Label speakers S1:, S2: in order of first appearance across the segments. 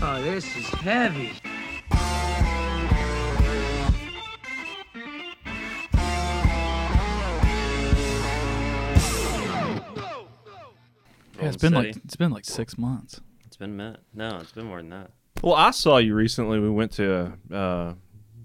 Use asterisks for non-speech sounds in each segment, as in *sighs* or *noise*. S1: Oh, this is heavy.
S2: Yeah, it's been
S3: Rolling steady.
S2: like it's been like six months.
S3: it's been a minute. No, it's been more than that.
S4: Well, I saw you recently. We went to uh, your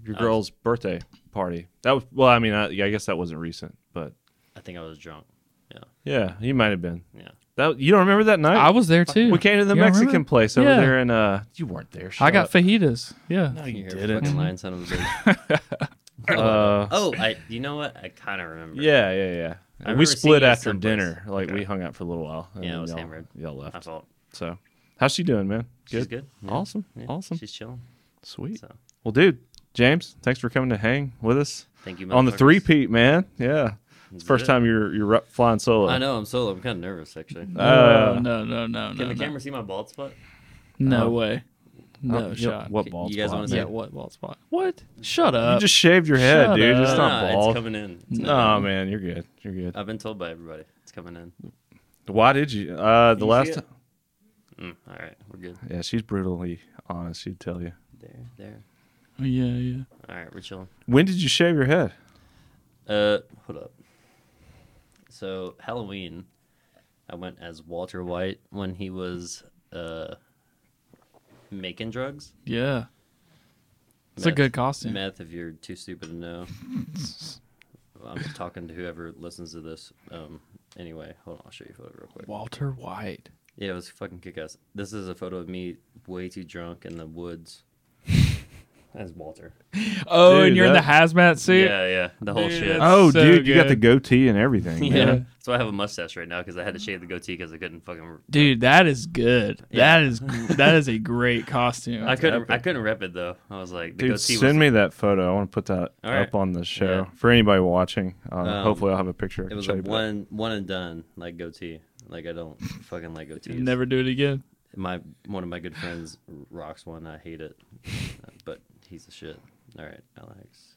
S3: was-
S4: girl's birthday party. That was well. I mean, I, yeah, I guess that wasn't recent, but
S3: I think I was drunk. Yeah,
S4: yeah, you might have been.
S3: yeah.
S4: That you don't remember that night?
S2: I was there too.
S4: We came to the
S2: You don't remember?
S4: Mexican place over
S2: Yeah.
S4: there, and uh, you weren't there.
S2: I
S4: shut
S2: got
S4: up.
S2: fajitas. Yeah.
S4: No, you
S3: You're a
S4: didn't.
S3: Fucking lion son of a
S4: *laughs*
S3: bitch.
S4: Uh,
S3: oh, I. You know what? I kind of remember.
S4: yeah, yeah, yeah.
S3: I
S4: we
S3: remember seeing
S4: split
S3: you at
S4: after
S3: some place.
S4: dinner. Like we
S3: Okay.
S4: hung out for a little while. and
S3: Yeah, I
S4: then
S3: was
S4: y'all,
S3: hammered.
S4: Y'all
S3: My
S4: left.
S3: fault.
S4: So, how's she doing, man?
S3: She's good. Yeah.
S4: Awesome.
S3: Yeah,
S4: Awesome.
S3: She's chilling.
S4: Sweet.
S3: So,
S4: Well, dude, James, thanks for coming to hang with us
S3: thank you.
S4: on the
S3: motherfuckers.
S4: three peat, man. Yeah, it's
S3: Let's
S4: the first
S3: do it.
S4: time you're you're up flying solo.
S3: I know. I'm solo. I'm kind of nervous actually.
S4: Uh,
S2: No, no, no, no, no.
S3: Can the
S2: no.
S3: camera see my bald spot?
S2: No
S4: Oh.
S2: way.
S4: Oh,
S2: No
S4: you-
S2: shot.
S4: What
S3: You
S4: ball?
S3: guys wanna
S2: Yeah.
S3: say-
S2: What bald spot? What? Shut up.
S4: You just shaved your head,
S2: Shut
S4: dude. It's
S2: up.
S4: not
S3: Nah,
S4: bald.
S3: It's coming in. Uh, It's
S4: No, man, you're good. You're good.
S3: I've been told by everybody it's coming in.
S4: Why did you? Uh, the
S3: you
S4: last
S3: see
S4: time.
S3: it? Mm, all right, we're good.
S4: Yeah, she's brutally honest. She'd tell you.
S3: There, there.
S2: yeah, yeah.
S3: All right, we're chilling.
S4: When did you shave your head?
S3: Uh, hold up. So Halloween, I went as Walter White when he was uh making drugs.
S2: Yeah. It's a
S3: Meth-
S2: good costume.
S3: Meth, if you're too stupid
S2: *laughs*
S3: to know. I'm talking to whoever listens to this. Um, anyway, hold on, I'll show you a photo real quick.
S2: Walter White.
S3: Yeah, it was fucking kick ass. This is a photo of me way too drunk in the woods.
S2: *laughs*
S3: That's Walter.
S2: Oh,
S4: Dude,
S2: and you're in the
S4: that-
S2: hazmat suit.
S3: yeah, yeah, the whole
S2: Dude,
S3: shit.
S2: that's-
S4: Oh,
S2: so
S4: dude, you got
S2: good.
S4: the goatee and
S3: *laughs*
S4: everything.
S3: yeah.
S4: man.
S3: So I have a mustache right now because I had to shave the goatee because I couldn't fucking.
S2: Dude, that is good.
S3: Yeah.
S2: That
S4: *laughs*
S2: is that is a great costume.
S3: I couldn't. I couldn't rep it though. I was like, the
S4: Dude,
S3: goatee was,
S4: send me that photo. I want to put that
S3: All
S4: up
S3: right.
S4: on the show
S3: Yeah.
S4: for anybody watching. Uh,
S3: Um,
S4: hopefully, I'll have a picture. I
S3: It
S4: can
S3: was
S4: show
S3: a
S4: you, but-
S3: one, one and done, like goatee. Like I don't fucking like goatees.
S2: Never do it again.
S3: My one of my good friends rocks one. I hate it, *laughs* Uh, but he's the shit. All right, Alex.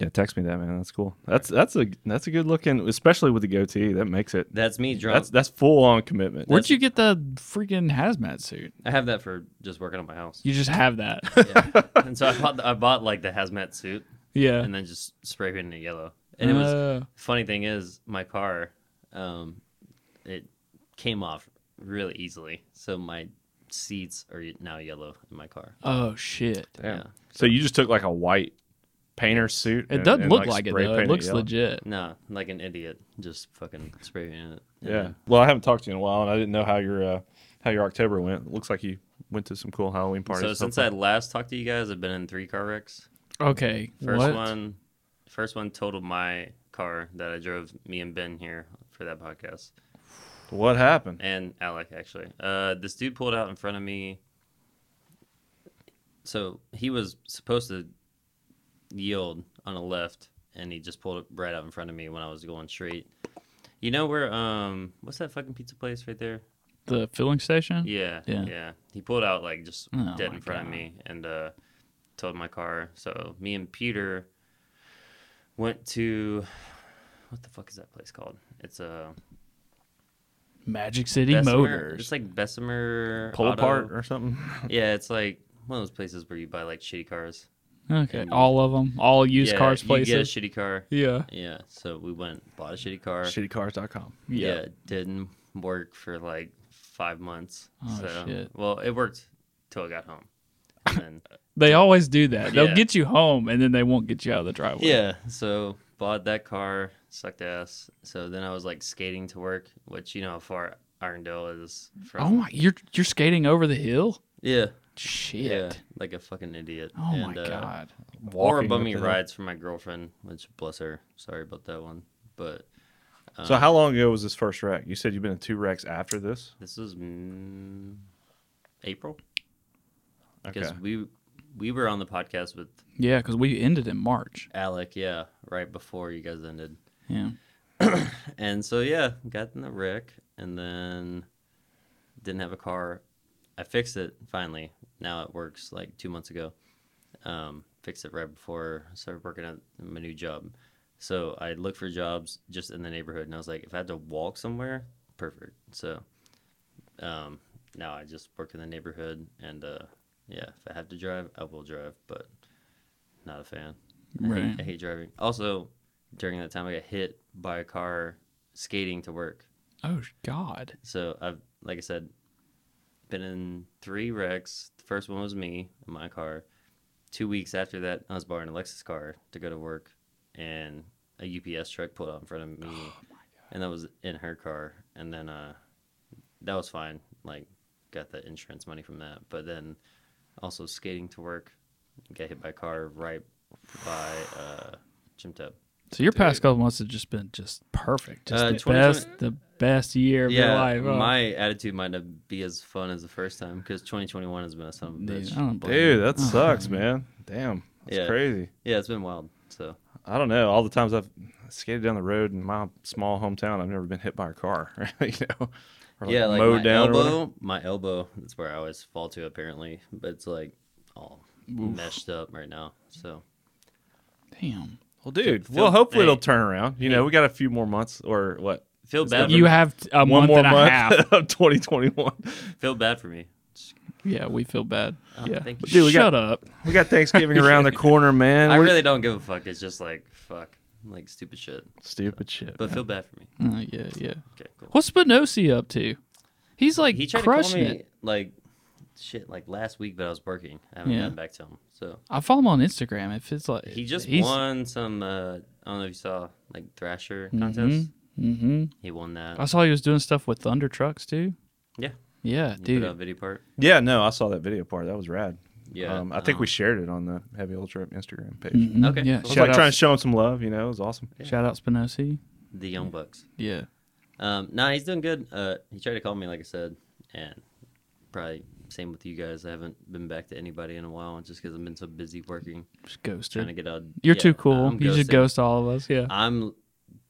S4: Yeah, text me that, man. That's cool. That's that's a that's a good looking, especially with the goatee. That makes it.
S3: That's me drunk.
S4: That's that's full on commitment.
S2: Where'd you get the freaking hazmat suit?
S3: I have that for just working on my house.
S2: You just have
S4: *laughs*
S2: that.
S3: Yeah. and so I bought the, I bought like the hazmat suit
S2: Yeah.
S3: and then just spray painted it yellow. And it was
S2: Uh,
S3: funny thing is my car, um, it came off really easily. So my seats are now yellow in my car.
S2: oh shit.
S4: Damn.
S3: Yeah.
S4: So you just took like a white painter suit.
S2: It
S4: and-
S2: doesn't
S4: and,
S2: look like, it
S4: spray
S2: though. It
S4: painted
S2: looks
S4: yellow?
S2: legit.
S3: Nah, like an idiot, just fucking spray painted it. And
S4: Yeah.
S3: then-
S4: Well, I haven't talked to you in a while, and I didn't know how your uh, how your October went. It looks like you went to some cool Halloween parties.
S3: So since I last talked to you guys, I've been in three car wrecks.
S2: Okay.
S3: First
S2: what?
S3: one, first one totaled my car that I drove me and Ben here for that podcast.
S4: what happened?
S3: and Alec actually. Uh, this dude pulled out in front of me. So he was supposed to yield on a left, and he just pulled it right out in front of me when I was going straight. You know where? Um, what's that fucking pizza place right there?
S2: The filling station?
S3: Yeah,
S2: Yeah.
S3: yeah. He pulled out like just
S2: Oh,
S3: dead
S2: my
S3: in front
S2: God.
S3: of me and uh, towed my car. So me and Peter went to what the fuck is that place called? It's a uh,
S2: Magic City
S3: Bessemer-
S2: Motors.
S3: It's like Bessemer
S4: Pull
S3: Auto-
S4: apart or something?
S3: Yeah, it's like one of those places where you buy like shitty cars.
S2: okay. All of them. All used
S3: yeah,
S2: cars
S3: you
S2: places.
S3: Get a shitty car.
S2: Yeah.
S3: Yeah. So we went bought a shitty car.
S4: Shittycars.com.
S3: Yeah. it didn't work for like five months.
S2: Oh,
S3: so
S2: shit.
S3: well, it worked till I got home. And then,
S2: They always do that. They'll
S3: Yeah.
S2: get you home and then they won't get you out of the driveway.
S3: yeah. So bought that car, sucked ass. So then I was like skating to work, which you know how far Irondale is from.
S2: Oh my you're you're skating over the hill?
S3: Yeah.
S2: Shit.
S3: Yeah. Like a fucking idiot.
S2: Oh
S3: and,
S2: my
S3: uh,
S2: god.
S3: Or
S4: Walking
S3: bummy
S4: up the-
S3: rides for my girlfriend, which bless her. Sorry about that one, but Uh,
S4: So how long ago was this first wreck? You said you've been in two wrecks after this.
S3: This was mm, April
S4: Okay.
S3: because we we were on the podcast with
S2: Yeah, because we ended in March.
S3: Alec, yeah, right before you guys ended,
S2: Yeah.
S3: and so yeah, got in the wreck, and then didn't have a car. I fixed it finally. Now it works. Like two months ago, um, fixed it right before I started working at my new job. So I looked for jobs just in the neighborhood, and I was like, if I had to walk somewhere, perfect. So um, now I just work in the neighborhood, and uh, yeah, if I have to drive, I will drive, but not a fan. I hate-
S2: Right.
S3: I hate driving. Also, during that time, I got hit by a car skating to work.
S2: Oh God.
S3: So I've, like I said, been in three wrecks. The first one was me in my car. Two weeks after that, I was borrowing Alexa's car to go to work, and a UPS truck pulled out in front of me, and that was in her car. And then uh, that was fine. Like, got the insurance money from that. But then also skating to work, got hit by a car right by uh, Jim Tubb.
S2: So your past
S3: Dude.
S2: couple months have just been just perfect. Just
S3: Uh,
S2: the
S3: 2020
S2: best, the best year of your life. Oh,
S3: my attitude might not be as fun as the first time because 2021 has been a son of a
S2: dude,
S3: bitch.
S2: I don't blame you.
S4: Dude,
S2: *laughs*
S4: that
S2: Oh,
S4: sucks, man. Damn, that's
S3: Yeah.
S4: crazy.
S3: Yeah, it's been wild. So
S4: I don't know. All the times I've skated down the road in my small hometown, I've never been hit by a car. *laughs* you know, Or,
S3: yeah, like
S4: mowed
S3: my
S4: down or whatever.
S3: elbow, my elbow. That's where I always fall to apparently, but it's like all meshed up right now. So
S2: Damn.
S4: Well, dude.
S3: Feel-
S4: well, hopefully
S3: hey.
S4: it'll turn around. You know, we got a few more months or what?
S3: feel bad. For,
S2: You have a month
S4: One more
S2: and a half.
S4: *laughs* month of 2021.
S3: feel bad for me.
S2: Yeah, we feel bad.
S3: Oh,
S2: yeah.
S3: thank you.
S2: Dude, we Shut
S4: Shut
S2: up.
S4: We got Thanksgiving
S3: *laughs*
S4: around the corner, man.
S3: I
S4: We're-
S3: really don't give a fuck. It's just like fuck, like stupid shit.
S4: stupid shit.
S3: But feel bad for me.
S2: Uh, yeah, yeah.
S3: Okay, cool.
S2: What's Spinosi up to? He's like
S3: He tried to call
S2: crushing
S3: me
S2: it.
S3: like shit like last week, but I was working. I haven't
S2: Yeah.
S3: gotten back to him. So
S2: I follow him on Instagram. If it's like
S3: he just
S2: he's,
S3: won some. uh I don't know if you saw like Thrasher
S4: Mm-hmm.
S3: contest.
S2: hmm
S3: He won that.
S2: I saw he was doing stuff with Thunder Trucks too.
S3: Yeah.
S2: Yeah,
S3: He
S2: dude.
S3: put out a video part.
S4: yeah, no, I saw that video part. That was rad.
S3: Yeah, Mm.
S4: Um, I think we
S3: um,
S4: shared it on the Heavy Ultra Instagram page.
S2: Mhm.
S3: Okay,
S2: Yeah.
S3: cool.
S4: I
S2: Shout
S4: was like
S2: out,
S4: trying to show him some love. You know, it was awesome.
S2: shout out Spinosi.
S3: the Young Bucks.
S2: Yeah.
S3: Um, nah, he's doing good. Uh, he tried to call me, like I said, and probably same with you guys. I haven't been back to anybody in a while, just because I've been so busy working,
S2: Just
S3: trying
S2: ghosted.
S3: to get out.
S2: You're
S3: yeah,
S2: too cool.
S3: I'm
S2: you should
S3: ghosted.
S2: ghost all of us. Yeah.
S3: I'm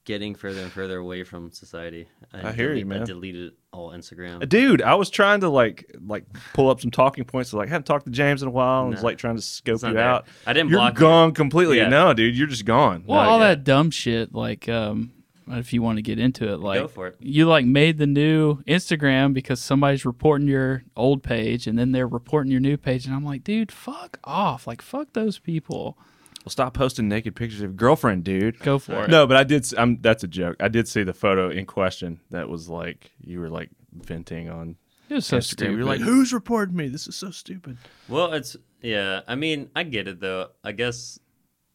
S3: getting further and further away from society.
S4: I hear you,
S3: delete- I
S4: man.
S3: deleted all Instagram.
S4: Dude, I was trying to like like pull up some talking points. Like, I haven't talked to James in a while. and was
S3: Nah.
S4: like trying to
S3: It's
S4: scope
S3: not
S4: you
S3: there.
S4: out.
S3: I didn't
S4: You're
S3: block. you.
S4: gone completely.
S3: Yeah.
S4: No, dude, you're just gone.
S2: Well,
S4: Like,
S2: all
S3: yeah.
S2: that dumb shit, like, um, if you want to get into it, like,
S3: Go for it.
S2: you like made the new Instagram because somebody's reporting your old page and then they're reporting your new page, and I'm like, dude, fuck off, like, fuck those people.
S4: well, stop posting naked pictures of your girlfriend, dude.
S2: Go for it.
S4: No, but I did. s- I'm, that's a joke. I did see the photo in question that was like you were like venting on
S2: it was so
S4: Instagram.
S2: stupid.
S4: You're like, who's reported me? This is so stupid.
S3: Well, it's yeah. I mean, I get it though. I guess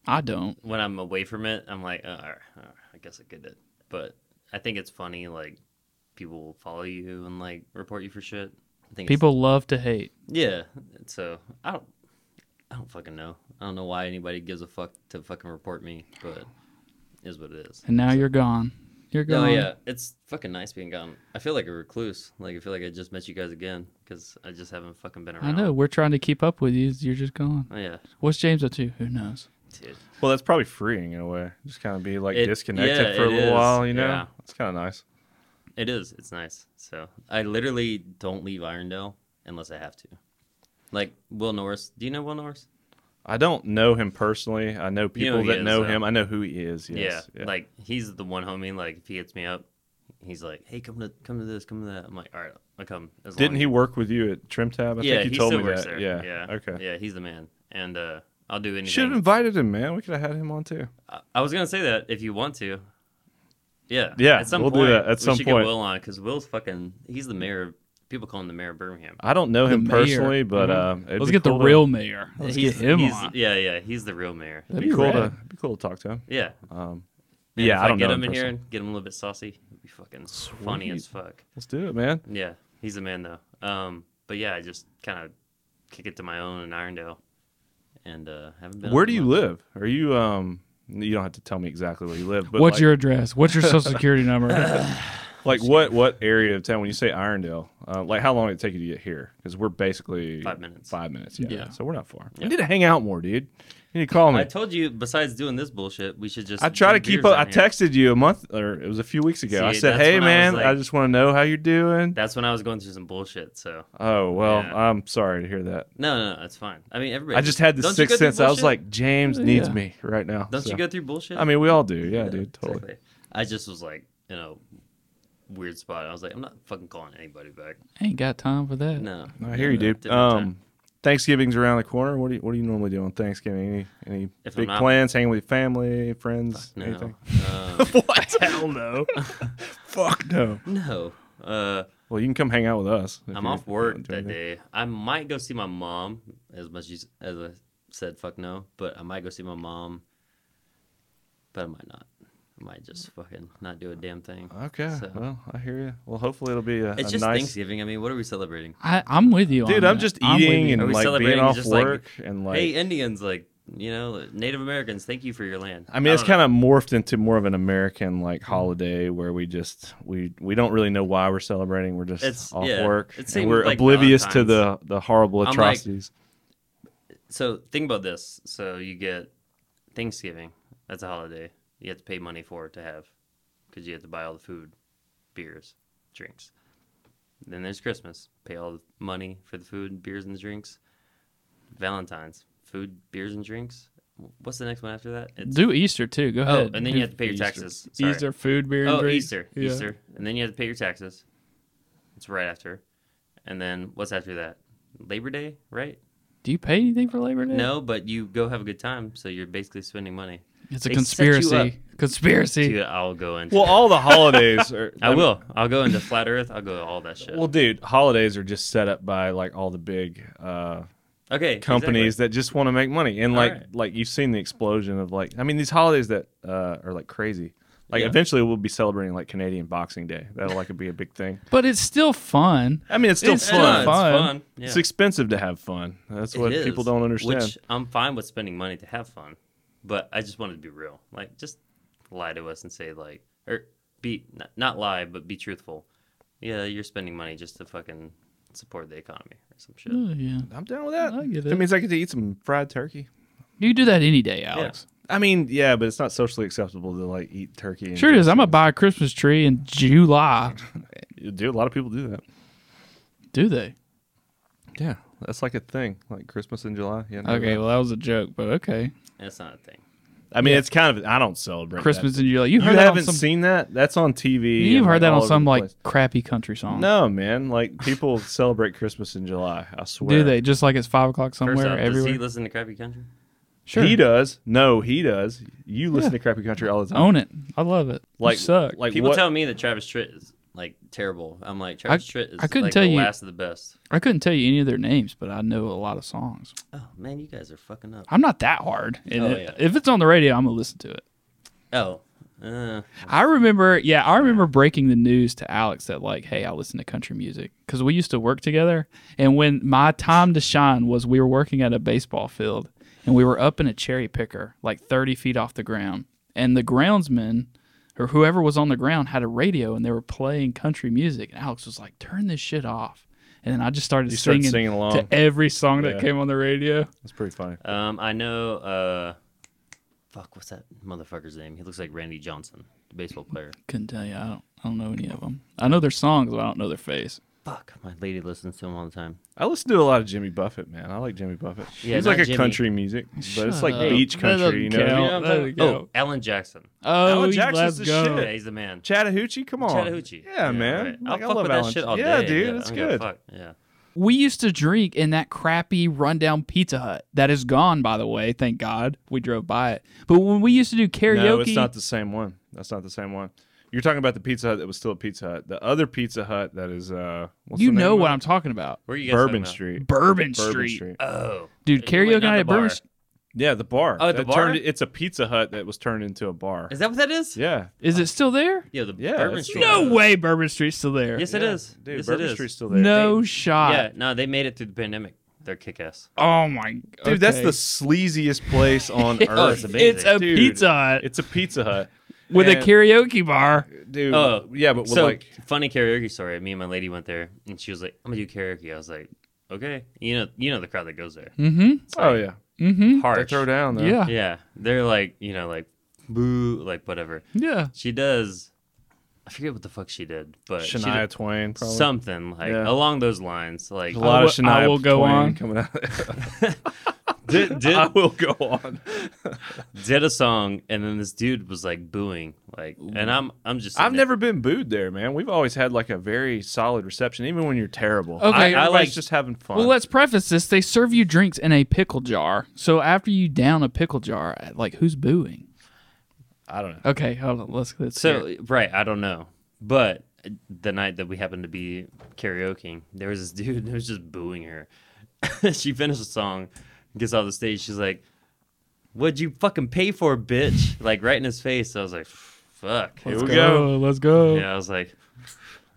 S2: I don't.
S3: when I'm away from it, I'm like, uh, all right, all right, I guess I get it. But I think it's funny, like people will follow you and like report you for shit. I think it's-
S2: People love to hate.
S3: yeah. So I don't, I don't fucking know. I don't know why anybody gives a fuck to fucking report me, but it is what it is.
S2: And now you're gone. You're
S3: No,
S2: gone.
S3: Oh, yeah, it's fucking nice being gone. I feel like a recluse. Like I feel like I just met you guys again because I just haven't fucking been
S2: I
S3: around.
S2: know. We're trying to keep up with you. You're just gone.
S3: Oh, yeah,
S2: What's James up to? Who knows?
S3: dude.
S4: Well, that's probably freeing in a way. Just kind of be like
S3: It-
S4: disconnected
S3: yeah,
S4: for a
S3: it
S4: little
S3: is.
S4: while, you know?
S3: Yeah.
S4: It's kind of nice.
S3: It is. It's nice. So I literally don't leave Irondale unless I have to. Like Will Norris. Do you know Will Norris?
S4: I don't know him personally. I know
S3: You know
S4: people
S3: who
S4: that
S3: he is,
S4: know
S3: though.
S4: him. I know who he is. Yes.
S3: yeah. Like he's the one homie. Like if he hits me up, he's like, "Hey, come to come to this, come to that." I'm like, "All right, I'll come." As long
S4: Didn't
S3: as
S4: he work with you at Trim Tab? I
S3: yeah,
S4: think
S3: he
S4: you told
S3: still
S4: me
S3: works
S4: that.
S3: there.
S4: Yeah.
S3: yeah.
S4: Okay.
S3: Yeah, he's the man, and uh, I'll do anything.
S4: Should have invited him, man. We could have had him on too.
S3: I, I was gonna say that if you want to. Yeah.
S4: Yeah,
S3: At some
S4: we'll do
S3: point,
S4: that at
S3: we
S4: some
S3: should
S4: point.
S3: get Will on because Will's fucking. He's the mayor. of People call him the mayor of Birmingham.
S4: I don't know
S2: The
S4: him
S2: mayor.
S4: personally, but
S3: Mm-hmm.
S2: Mhm.
S4: um, it'd
S2: Let's
S4: be
S2: get
S4: cool
S2: the
S4: to-
S2: real mayor. Let's
S3: he's,
S2: get him
S3: he's-
S2: on.
S3: Yeah, yeah. He's the real mayor.
S4: It'd
S2: That'd
S4: be,
S2: be
S4: cool to,
S2: rad.
S4: it'd be cool to talk to him.
S3: Yeah.
S4: Um,
S3: Man,
S4: yeah,
S3: if
S4: I don't
S3: get
S4: know
S3: him in here
S4: person.
S3: and get him a little bit saucy. It'd be fucking funny as fuck.
S4: Let's do it, man.
S3: Yeah, he's a man though. Um, but yeah, I just kind of kick it to my own in Irondale, and uh, haven't been.
S4: Where
S3: up
S4: do
S3: in a
S4: you
S3: while.
S4: live? Are you um? You don't have to tell me exactly where you live, but
S2: What's
S4: like,
S2: your address? What's your
S4: *laughs*
S2: social security number?
S4: like what what area of town? When you say Irondale, uh, like how long did it take you to get here? Because we're basically
S3: Five minutes.
S4: Five minutes, yeah.
S2: Yeah.
S4: So we're not far. You need to hang out more, dude. You need to call me.
S3: I
S4: I
S3: told you. Besides doing this bullshit, we should just.
S4: try to
S3: drink
S4: keep
S3: beers
S4: up. I
S3: down here.
S4: texted you a month or it was a few weeks ago.
S3: See,
S4: I said,
S3: that's
S4: "Hey,
S3: when I
S4: man, I,
S3: was like-
S4: just want to know how you're doing."
S3: That's when I was going through some bullshit. So
S4: Oh well,
S3: Yeah.
S4: I'm sorry to hear that.
S3: no, no, no that's fine. I mean, everybody.
S4: I just had the
S3: Don't you
S4: sixth
S3: go through
S4: sense. I was
S3: bullshit?
S4: like, James needs
S2: Yeah.
S4: me right now.
S3: don't
S4: So-
S3: you go through bullshit?
S4: I mean, we all do. Yeah,
S3: Yeah,
S4: dude, totally.
S3: exactly. I just was like, you know, weird spot. I was like, I'm not fucking calling anybody back.
S2: I ain't got time for that.
S3: No,
S4: No, I
S3: No,
S4: hear you,
S3: no,
S4: dude.
S3: different time.
S4: Um, Thanksgiving's around the corner. What do you What do you normally do on Thanksgiving? Any Any
S3: If I'm
S4: big
S3: not-
S4: plans? Hanging with family, friends,
S3: no,
S4: anything?
S3: um,
S4: What? Hell no. Fuck no.
S3: no. Uh,
S4: Well, you can come hang out with us. if
S3: I'm
S4: you're
S3: off work
S4: doing
S3: that
S4: anything.
S3: day. I might go see my mom as much as, as I said fuck no, but I might go see my mom. But I might not. I might just fucking not do a damn thing.
S4: Okay.
S3: So-
S4: Well, I hear you. Well, hopefully it'll be a,
S3: It's
S4: a
S3: just
S4: nice.
S3: Thanksgiving. I mean, what are we celebrating?
S2: I, I'm with you, on
S4: Dude, I'm
S2: that.
S4: just
S2: with
S4: eating
S2: you.
S4: and
S3: Are we
S4: like being
S3: celebrating
S4: off
S3: just, like,
S4: work and like.
S3: hey, Indians, like you know, Native Americans, thank you for your land. Oh.
S4: I mean, it's
S3: don't know.
S4: kind of morphed into more of an American like holiday where we just we we don't really know why we're celebrating. We're just
S3: It's-
S4: off
S3: yeah.
S4: work.
S3: It
S4: and
S3: seemed
S4: we're
S3: like
S4: oblivious to the
S3: Valentine's.
S4: the horrible
S3: like,
S4: atrocities.
S3: so think about this. So you get Thanksgiving. That's a holiday. You have to pay money for it to have because you have to buy all the food, beers, drinks. Then there's Christmas. Pay all the money for the food, beers, and the drinks. Valentine's. Food, beers, and drinks. What's the next one after that? It's,
S2: Do Easter too. Go
S3: oh,
S2: ahead.
S3: and
S2: Do
S3: then you have to pay your
S4: Easter.
S3: taxes. Sorry.
S2: Easter food, beer, and
S3: Oh,
S2: drink.
S3: Easter.
S2: Yeah.
S3: Easter. And then you have to pay your taxes. It's right after. And then what's after that? Labor Day, right?
S2: Do you pay anything for Labor Day?
S3: No, but you go have a good time, so you're basically spending money.
S2: It's a
S3: They set you up.
S2: conspiracy. Conspiracy.
S3: Dude, I'll go into.
S4: Well, all the holidays are.
S3: *laughs* I will. I'll go into flat Earth. I'll go all that shit.
S4: Well, dude, holidays are just set up by like all the big uh,
S3: okay.
S4: companies that just want to make money, and like
S3: Alright.
S4: like you've seen the explosion of like I mean these holidays that uh, are like crazy. Like
S3: Yeah.
S4: eventually we'll be celebrating like Canadian Boxing Day. That'll like be a big thing.
S2: But it's still fun.
S4: I mean, it's still
S2: It's
S3: Exactly. Yeah,
S4: fun.
S2: fun.
S3: It's fun. Yeah.
S4: It's expensive to have fun. That's
S3: It
S4: what
S3: is,
S4: people don't understand.
S3: Which I'm fine with spending money to have fun, but I just wanted to be real. Like, just lie to us and say like, or be not, not lie, but be truthful. Yeah, you're spending money just to fucking support the economy or some shit.
S4: Hmm.
S2: Oh, yeah.
S4: I'm down with that.
S2: I get
S4: That
S2: it.
S4: means I get to eat some fried turkey.
S2: You do that any day, Alex.
S4: I mean, yeah, but it's not socially acceptable to like eat turkey. and
S2: Sure is.
S4: just-
S2: I'm gonna buy a Christmas tree in July.
S4: Dude, a lot of people do that.
S2: Do they?
S4: Yeah, that's like a thing, like Christmas in July. Yeah. I know
S2: Okay,
S4: that.
S2: well that was a joke, but okay.
S3: That's not a thing.
S4: I mean, it's kind of. I don't celebrate that.
S2: Christmas in July. You
S4: You,
S2: heard that on
S4: haven't
S2: some
S4: seen that? That's on TV.
S2: You've
S4: and,
S2: heard that on
S4: all over
S2: some
S4: the
S2: like
S4: place.
S2: crappy country song.
S4: No, man. Like
S2: *laughs*
S4: people celebrate Christmas in July. I swear.
S2: Do they? Just like it's five o'clock somewhere
S3: First off, does he
S2: everywhere.
S3: listen to Crappy Country?
S2: Sure.
S4: He does. No, he does. You listen to Crappy Country all the time.
S2: Own it. I love it. You
S4: like
S2: suck.
S4: Like
S3: People
S4: what?
S3: tell me that Travis Tritt is like terrible. I'm like Travis Tritt is
S2: I couldn't
S3: like
S2: tell
S3: the
S2: you-
S3: last of the best.
S2: I couldn't tell you any of their names, but I know a lot of songs.
S3: Oh man, you guys are fucking up.
S2: I'm not that hard. And
S3: Oh,
S2: it-
S3: yeah.
S2: If it's on the radio, I'm gonna listen to it.
S3: Oh, uh,
S2: I remember, yeah, I remember breaking the news to Alex that like, hey, I listen to country music because we used to work together. And when my time to shine was, we were working at a baseball field and we were up in a cherry picker, like thirty feet off the ground, and the groundsman or whoever was on the ground had a radio and they were playing country music. And Alex was like, turn this shit off. And then I just started,
S4: You started
S2: singing,
S4: singing along.
S2: to every song that
S4: Yeah.
S2: came on the radio.
S4: That's pretty funny.
S3: um, I know. Uh, fuck, what's that motherfucker's name? He looks like Randy Johnson, the baseball player.
S2: Couldn't tell you. I don't. I don't know any of them. I know their songs, but I don't know their face.
S3: Fuck, my lady listens to him all the time.
S4: I listen to a lot of Jimmy Buffett, man. I like Jimmy Buffett.
S3: Yeah,
S4: He's like
S3: not
S4: a
S3: Jimmy.
S4: country music, but it's
S2: Shut
S4: like
S2: up.
S4: beach
S2: That
S4: country, you
S2: doesn't
S4: know.
S2: count.
S3: You know what I'm
S2: there you
S3: talking- oh,
S2: go.
S3: Alan Jackson.
S2: Oh,
S4: Alan
S2: he-
S4: Jackson's
S2: let's
S4: the
S2: go.
S4: shit.
S3: Yeah, he's the man.
S4: Chattahoochee, come on.
S3: Chattahoochee.
S4: Yeah, man.
S3: right.
S4: Like,
S3: I'll
S4: I
S3: fuck
S4: love
S3: with
S4: Alan
S3: that shit
S4: Jack-
S3: all
S4: Yeah,
S3: day.
S4: dude,
S3: I
S4: it's
S3: don't give a
S4: good.
S3: fuck. Yeah.
S2: We used to drink in that crappy rundown Pizza Hut that is gone, by the way. Thank God we drove by it. But when we used to do karaoke,
S4: No, it's not the same one. That's not the same one. You're talking about the Pizza Hut that was still a Pizza Hut. The other Pizza Hut that is, uh, what's
S2: you
S4: the name
S2: know
S4: of
S2: what
S4: it?
S2: I'm talking about.
S3: Where are you guys talking
S4: Bourbon
S3: about?
S4: Street.
S2: Bourbon,
S4: Bourbon
S2: Street.
S4: Street.
S3: Oh,
S2: Dude,
S3: Wait,
S2: karaoke
S3: not
S2: night
S3: the
S2: at Bourbon
S3: bar.
S2: Street.
S4: Yeah, the bar.
S3: Oh, the
S4: That
S3: bar?
S4: Turned, it's a Pizza Hut that was turned into a bar.
S3: Is that what that is?
S4: yeah.
S2: Is it still there?
S3: Yeah, the
S4: Yeah,
S3: Bourbon
S4: it's
S3: Street.
S2: No way Bourbon Street's still there.
S3: Yes, it
S4: Yeah.
S3: is.
S4: Dude,
S3: yes,
S4: Bourbon
S3: it is.
S4: Street's still there.
S2: no shot.
S3: Yeah, no, they made it through the pandemic. They're kick ass.
S2: Oh my god.
S4: Dude, that's the sleaziest
S3: *laughs*
S4: place on earth.
S3: Oh, it's amazing.
S2: It's a
S4: Dude,
S2: Pizza Hut
S4: It's a Pizza Hut.
S2: with a
S4: and-
S2: karaoke bar.
S4: Dude.
S3: Oh,
S4: yeah, but with
S3: So
S4: like
S3: funny karaoke story. Me and my lady went there, and she was like, "I'm gonna do karaoke." I was like, "Okay." You know, you know the crowd that goes there.
S2: Mm-hmm.
S3: It's
S4: Oh
S3: like
S4: yeah.
S2: Mm-hmm.
S4: They
S3: harsh.
S4: throw down though.
S2: Yeah.
S3: Yeah, they're like, you know, like boo, like whatever.
S2: Yeah.
S3: She does. I forget what the fuck she did, but she
S4: Shania
S3: did
S4: Twain probably.
S3: something like
S4: Yeah.
S3: along those lines. Like
S4: There's a lot
S2: I
S4: of
S2: will- I
S4: Shania
S2: will go
S4: Twain
S2: on.
S4: coming out.
S3: did,
S4: I
S3: did,
S4: will go on.
S3: did a song, and then this dude was like booing, like, and I'm I'm just sitting
S4: I've
S3: there.
S4: never been booed there, man. We've always had like a very solid reception, even when you're terrible.
S2: Okay.
S4: I, I like
S3: Everybody's-
S4: just having fun.
S2: Well, let's preface this. They serve you drinks in a pickle jar. So after you down a pickle jar, like who's booing?
S4: I don't know.
S2: Okay, hold on. Let's, let's hear
S3: So right, I don't know, but uh, the night that we happened to be karaokeing, there was this *laughs* dude that was just booing her. *laughs* she finished the song, gets off the stage. She's like, "What'd you fucking pay for, bitch?" *laughs* Like right in his face. I was like, "Fuck."
S4: Here
S2: Let's
S4: we
S2: go. Let's go.
S3: Yeah, I was like,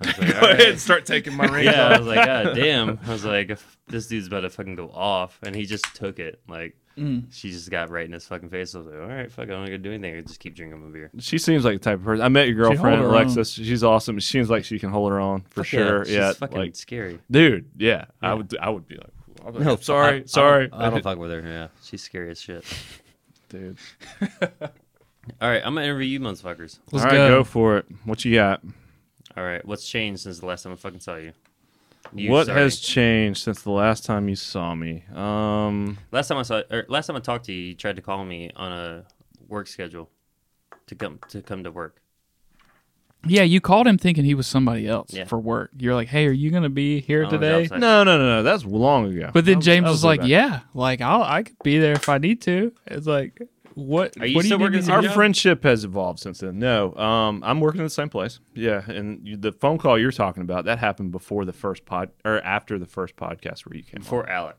S3: I
S4: *laughs*
S3: was like,
S4: Go
S3: "All right."
S4: ahead and start
S3: *laughs*
S4: taking my ring
S3: Yeah, I
S4: off.
S3: was like,
S4: *laughs*
S3: God damn. I was like, if this dude's about to fucking go off, and he just took it. Like,
S2: Mm.
S3: she just got right in his fucking face. I was like, all right, fuck, I'm not gonna do anything. I just keep drinking my beer.
S4: She seems like the type of person. I met your
S2: hold
S4: girlfriend,
S2: her
S4: Alexis. She's awesome. She seems like she can hold her own for
S3: Fuck
S4: sure.
S3: she's
S4: Yeah,
S3: fucking
S4: like
S3: scary.
S4: dude. Yeah, I would. I would be like,
S3: *laughs*
S4: I'd be like,
S3: Oh, I- I
S4: sorry,
S3: don't-
S4: sorry,
S3: I don't,
S4: *laughs*
S3: fuck with her. Yeah, she's scary as shit.
S4: dude.
S3: All right, I'm gonna interview you, motherfuckers.
S2: Let's
S4: All right,
S2: go.
S4: go. for it. What you got?
S3: All right, what's changed since the last time I fucking saw you? You,
S4: what
S3: sorry.
S4: has changed since the last time you saw me? Um,
S3: last time I saw or last time I talked to you? You tried to call me on a work schedule to come to come to work.
S2: Yeah, you called him thinking he was somebody else
S3: Yeah.
S2: for work. You're like, hey, are you gonna be here
S3: I was
S2: today?
S3: outside.
S4: no, no, no, no. That's long ago.
S2: But then
S4: That
S2: James
S4: that
S2: was,
S4: way
S2: like,
S4: back.
S2: yeah, like I'll I could be there if I need to. It's like, what?
S3: Are you
S2: what do
S3: still
S2: need
S3: working
S2: me to
S4: Our
S2: do?
S3: Yeah.
S4: friendship has evolved since then. No, um, I'm working in the same place. Yeah, and you, the phone call you're talking about that happened before the first pod or after the first podcast where you came on.
S3: Before Alec,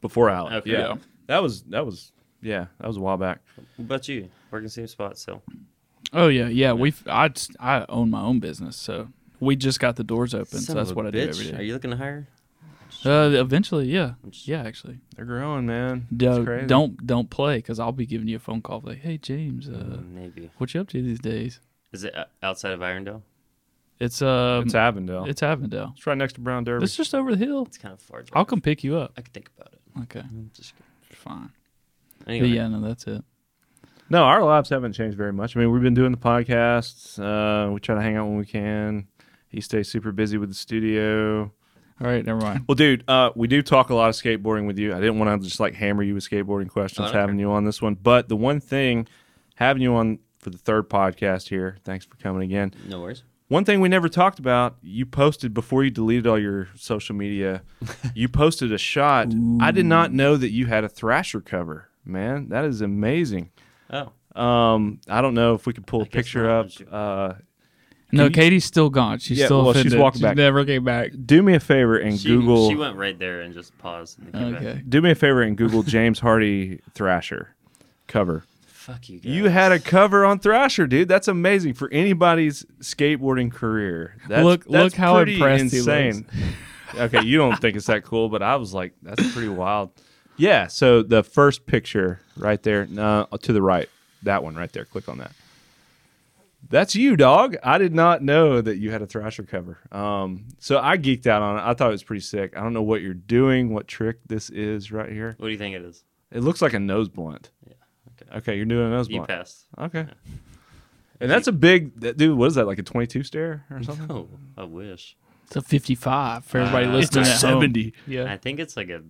S4: before Alex.
S3: Okay.
S4: Yeah.
S3: Yeah.
S4: that was that was yeah that was a while back.
S3: what about you? Working same spot still.
S2: Oh yeah, yeah. We've I just- I own my own business, so we just got the doors open. so
S3: Son of
S2: that's
S3: a
S2: what I do
S3: bitch.
S2: every
S3: Are
S2: day.
S3: you looking to hire?
S2: Uh, eventually, yeah,
S3: just-
S2: yeah. Actually,
S4: They're growing, man.
S2: Do- don't don't play because I'll be giving you a phone call like, hey James, uh,
S3: Maybe.
S2: what you up to these days?
S3: Is it o- outside of Irondale?
S2: It's um,
S4: It's
S2: it's,
S4: Avondale. It's,
S2: Avondale.
S4: right next to Brown Derby.
S2: It's just over the hill.
S3: It's kind of far. drive.
S2: I'll come pick you up.
S3: I could think about it.
S2: Okay,
S3: I'm just kidding.
S2: fine.
S3: Anyway,
S2: But yeah, no, that's it.
S4: No, our lives haven't changed very much. I mean, we've been doing the podcasts. Uh, we try to hang out when we can. He stays super busy with the studio.
S2: All right, never mind.
S4: Well, dude, uh, we do talk a lot of skateboarding with you. I didn't want to just like hammer you with skateboarding questions,
S3: Oh, okay.
S4: having you on this one. But the one thing, having you on for the third podcast here, thanks for coming again.
S3: no worries.
S4: One thing we never talked about, you posted before you deleted all your
S3: *laughs*
S4: social media, you posted a shot. I did not know that you had a Thrasher cover, man. That is amazing.
S3: Oh,
S4: Um, I don't know if we could pull a
S3: guess
S4: picture
S3: not,
S4: up.
S3: would you?
S4: Uh,
S2: *laughs* No,
S4: you-
S2: Katie's still gone. She's
S4: Yeah,
S2: still
S4: well, she's
S2: offended.
S4: walking back.
S2: never came back.
S4: do me a favor and
S3: she,
S4: Google.
S3: She went right there and just paused. And came back.
S2: Okay.
S4: do me a favor and Google James Hardy Thrasher cover.
S3: Fuck you.
S4: You
S3: guys.
S4: had a cover on Thrasher, dude. That's amazing for anybody's skateboarding career. That's,
S2: Look-
S4: that's
S2: look how
S4: pretty
S2: impressed he
S4: insane. *laughs* okay, you don't think it's that cool, but I was like, that's pretty wild. Yeah. So the first picture right there, no, to the right, that one right there. Click on that. That's you, dog. I did not know that you had a Thrasher cover. Um, so I geeked out on it. I thought it was pretty sick. I don't know what you're doing, what trick this is right here.
S3: What do you think it is?
S4: It looks like a nose blunt.
S3: Yeah,
S4: Okay. Okay, you're doing a nose
S3: You
S4: blunt. *laughs*
S3: passed.
S4: Okay. And that's a big that- dude. What is that? Like a twenty-two stare or something?
S3: Oh, I wish.
S2: It's a 55 for everybody
S3: Uh,
S2: listening at home. Yeah.
S3: I think it's like a.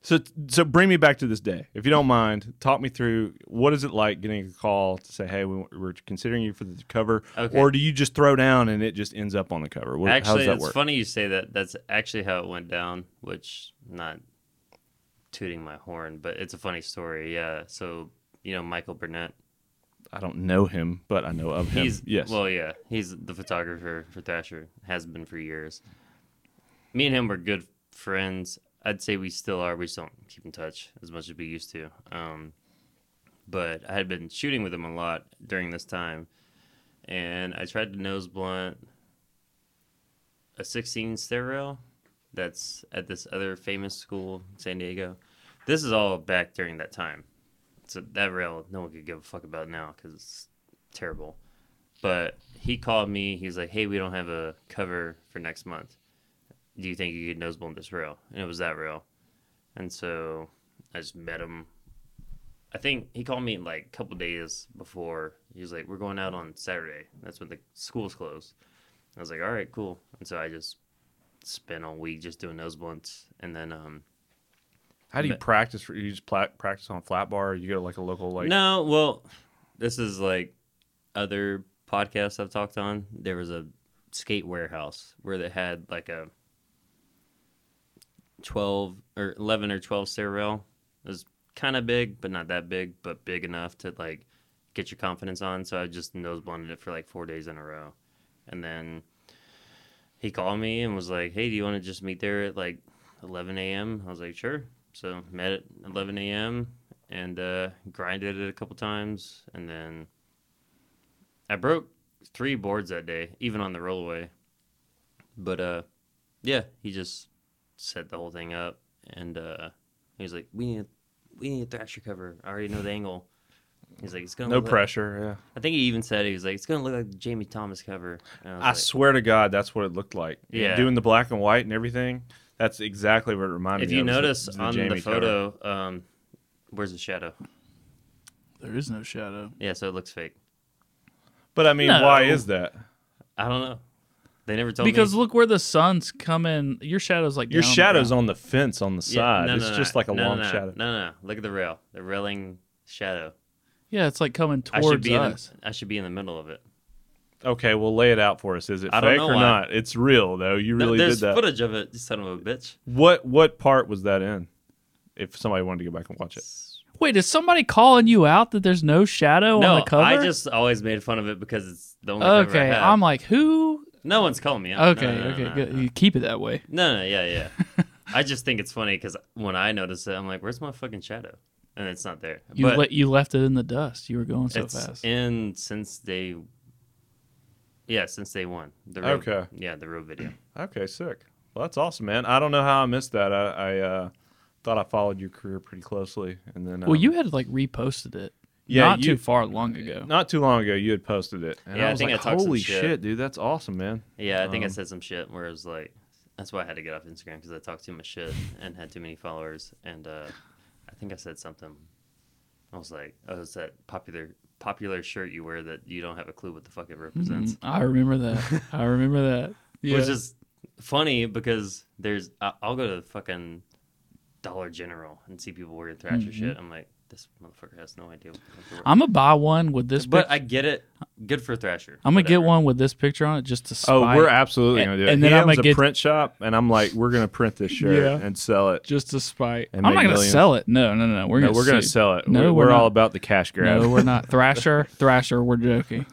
S4: So, so bring me back to this day, if you don't mind. Talk me through what is it like getting a call to say, "Hey, we, we're considering you for the cover,"
S3: Okay.
S4: or do you just throw down and it just ends up on the cover? What, how
S3: Actually,
S4: does that
S3: it's
S4: work?
S3: funny you say that. That's actually how it went down. Which not tooting my horn, but it's a funny story. Yeah. So you know Michael Burnett.
S4: I don't know him, but I know of him.
S3: He's
S4: yes.
S3: Well, yeah, he's the photographer for Thrasher. Has been for years. Me and him were good friends. I'd say we still are. We just don't keep in touch as much as we used to. Um, but I had been shooting with him a lot during this time, and I tried to nose blunt a 16 stair rail that's at this other famous school, in San Diego. This is all back during that time. So that rail, no one could give a fuck about now because it's terrible but he called me. He's like, "Hey, we don't have a cover for next month. Do you think you could nose blunt this rail?" And it was that rail, and so I just met him. I think he called me like a couple days before. He was like, "We're going out on Saturday. That's when the school's closed." I was like, "All right, cool." And so I just spent all week just doing nose blunts, and then um,
S4: How do you
S3: But-
S4: practice? For, you just pla- practice on flat bar? Or you go to like a local like.
S3: no, well, this is like other podcasts I've talked on. There was a skate warehouse where they had like a 12 or 11 or 12 stair rail. It was kind of big, but not that big, but big enough to like get your confidence on. So I just nose blinded it for like four days in a row. And then he called me and was like, hey, do you want to just meet there at like 11 a.m.? I was like, sure. So met at 11 a.m and uh, grinded it a couple times, and then I broke three boards that day, even on the rollaway. But uh, yeah, he just set the whole thing up, and uh, he was like, "We need, we need a thrasher cover. I already know the angle." He's like, "It's gonna
S4: No
S3: look like-"
S4: pressure.
S3: I think he even said he was like, "It's gonna look like the Jamie Thomas cover." And I
S4: Yeah.
S3: was
S4: I
S3: like,
S4: swear to God, that's what it looked like.
S3: Yeah.
S4: Doing the black and white and everything. That's exactly what it reminded
S3: if
S4: me.
S3: you
S4: of, is
S3: notice on
S4: Jamie
S3: the photo, um, where's the shadow?
S2: There is no shadow.
S3: Yeah, so it looks fake.
S4: But I mean,
S2: No.
S4: why is that?
S3: I don't know. They never told me
S2: Because look where the sun's coming. Your shadow's like
S4: Your
S2: down on the
S4: shadow's
S2: ground.
S4: on the fence on the
S3: Yeah,
S4: side.
S3: no,
S4: it's
S3: no,
S4: just
S3: no,
S4: like a
S3: no,
S4: long
S3: no,
S4: shadow.
S3: No, no, no. Look at the rail. The railing shadow.
S2: Yeah, it's like coming
S3: I
S2: towards
S3: should be
S2: us.
S3: in. The, I should be in the middle of it.
S4: Okay, well, lay it out for us. Is it
S3: I don't
S4: fake
S3: know
S4: or
S3: why.
S4: not? It's real though. You
S3: No,
S4: really
S3: there's
S4: did that.
S3: footage of it. you Son of a bitch.
S4: What what part was that in? If somebody wanted to go back and watch it,
S2: Wait, is somebody calling you out that there's no shadow
S3: No,
S2: on the cover?
S3: I just always made fun of it because it's the only. cover I
S2: okay.
S3: had.
S2: I'm like, who?
S3: No one's calling me out.
S2: Okay,
S3: No, no, no,
S2: okay,
S3: no,
S2: good.
S3: No.
S2: You keep it that way.
S3: no, no, yeah, yeah.
S2: *laughs*
S3: I just think it's funny because when I notice it, I'm like, "Where's my fucking shadow?" And it's not there.
S2: You
S3: but
S2: let you left it in the dust. You were going so
S3: it's
S2: fast.
S3: in since they. Yeah, since they won. The road,
S4: Okay.
S3: Yeah, the road video.
S4: okay, sick. Well, that's awesome, man. I don't know how I missed that. I, I uh, thought I followed your career pretty closely, and then um,
S2: well, you had like reposted it.
S4: Yeah,
S2: not
S4: you-
S2: too far long ago.
S4: not too long ago you had posted it, and
S3: Yeah,
S4: I
S3: I
S4: was
S3: think I
S4: like,
S3: talked some
S4: "Holy
S3: shit."
S4: shit, dude, that's awesome, man."
S3: Yeah, I think I
S4: Um,
S3: said some shit where it was like, that's why I had to get off Instagram because I talked too much shit and had too many followers. And uh, I think I said something. I was like, oh, it's that popular popular shirt you wear that you don't have a clue what the fuck it represents,
S2: Mm, I remember
S4: *laughs*
S2: that. I remember that. Yeah.
S3: which is funny because there's I- I'll go to the fucking Dollar General and see people wearing
S2: Mm-hmm.
S3: Thrasher shit. I'm like, this motherfucker has no idea. What the fuck they're wearing."
S2: I'm gonna buy one with this.
S3: but
S2: pic-
S3: I get it. Good for Thrasher.
S2: I'm gonna get
S3: whatever.
S2: one with this picture on it just to. Spite,
S4: Oh, we're absolutely
S2: And-
S4: gonna do it.
S2: and
S4: And
S2: then
S4: then
S2: I
S4: I'm
S2: might
S4: a
S2: get-
S4: print shop, and I'm like, "We're gonna print this shirt
S2: Yeah.
S4: and sell it."
S2: just to spite. I'm
S4: And
S2: not
S4: make
S2: gonna
S4: millions.
S2: sell it. No, no, no. no. We're
S4: No,
S2: gonna
S4: we're gonna
S2: sue.
S4: sell it.
S2: No,
S4: we're,
S2: we're
S4: we're all
S2: not.
S4: about the cash grab.
S2: No, we're not. Thrasher, Thrasher. We're joking.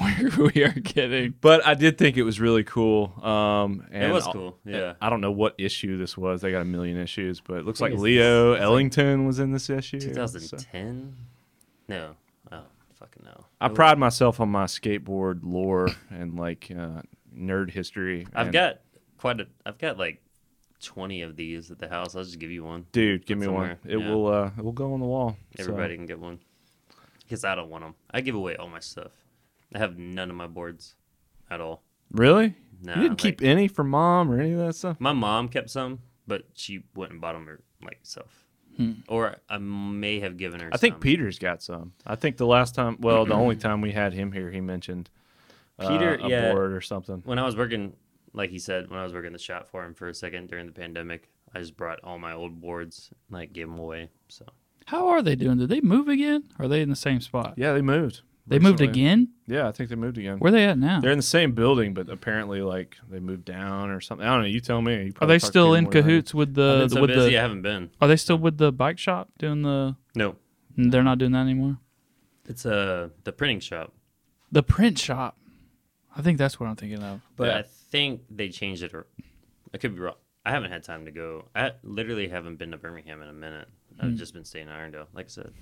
S2: We're, we are kidding.
S4: *laughs* but I did think it was really cool. Um, and
S3: It was
S4: I'll-
S3: cool. Yeah.
S4: I don't know what issue this was. They got a million issues, but it looks
S3: I
S4: like
S3: think it's-
S4: Leo
S3: it's like
S4: Ellington was in this issue. so-
S3: 2010? No. Oh, fucking no.
S4: I
S3: It-
S4: pride myself on my skateboard lore and like uh, nerd history.
S3: I've
S4: and-
S3: got quite a. I've got like twenty of these at the house. I'll just give you one.
S4: dude. Give me
S3: somewhere,
S4: one. It
S3: yeah.
S4: will. Uh, it will go on the wall. so-
S3: Everybody can get one. Because I don't want them. I give away all my stuff. I have none of my boards at all.
S4: Really?
S3: No.
S4: you didn't keep any for mom or any of that stuff.
S3: My mom kept some, but she went and bought them like self. Or I may have given her.
S4: Hmm. I think
S3: some.
S4: Peter's got some. I think the last time, well,
S3: *clears throat*
S4: the only time we had him here, he mentioned uh,
S3: Peter,
S4: a
S3: yeah.
S4: board or something.
S3: when I was working, like he said, when I was working the shop for him for a second during the pandemic, I just brought all my old boards, and, like gave them away. So
S2: How are they doing? Did they move again? Or are they in the same spot?
S4: Yeah, they moved.
S2: they moved
S4: recently.
S2: again.
S4: Yeah, I think they moved again.
S2: Where are they at now?
S4: They're in the same building, but apparently, like they moved down or something. I don't know. You tell me. You
S2: Are
S4: probably
S2: they
S4: talked to
S2: still
S4: Peter
S2: in
S4: more than I
S2: cahoots with the,
S4: Uh,
S3: I've been so
S2: with
S3: busy,
S2: the?
S3: I haven't been.
S2: Are they still with the bike shop doing the?
S3: No,
S2: They're not doing that anymore.
S3: it's uh the printing shop,
S2: The print shop. I think that's what I'm thinking of.
S3: but
S4: Yeah.
S3: I think they changed it. Or I could be wrong. I haven't had time to go. I literally haven't been to Birmingham in a minute. I've
S4: Hmm.
S3: just been staying in Irondale, like I said.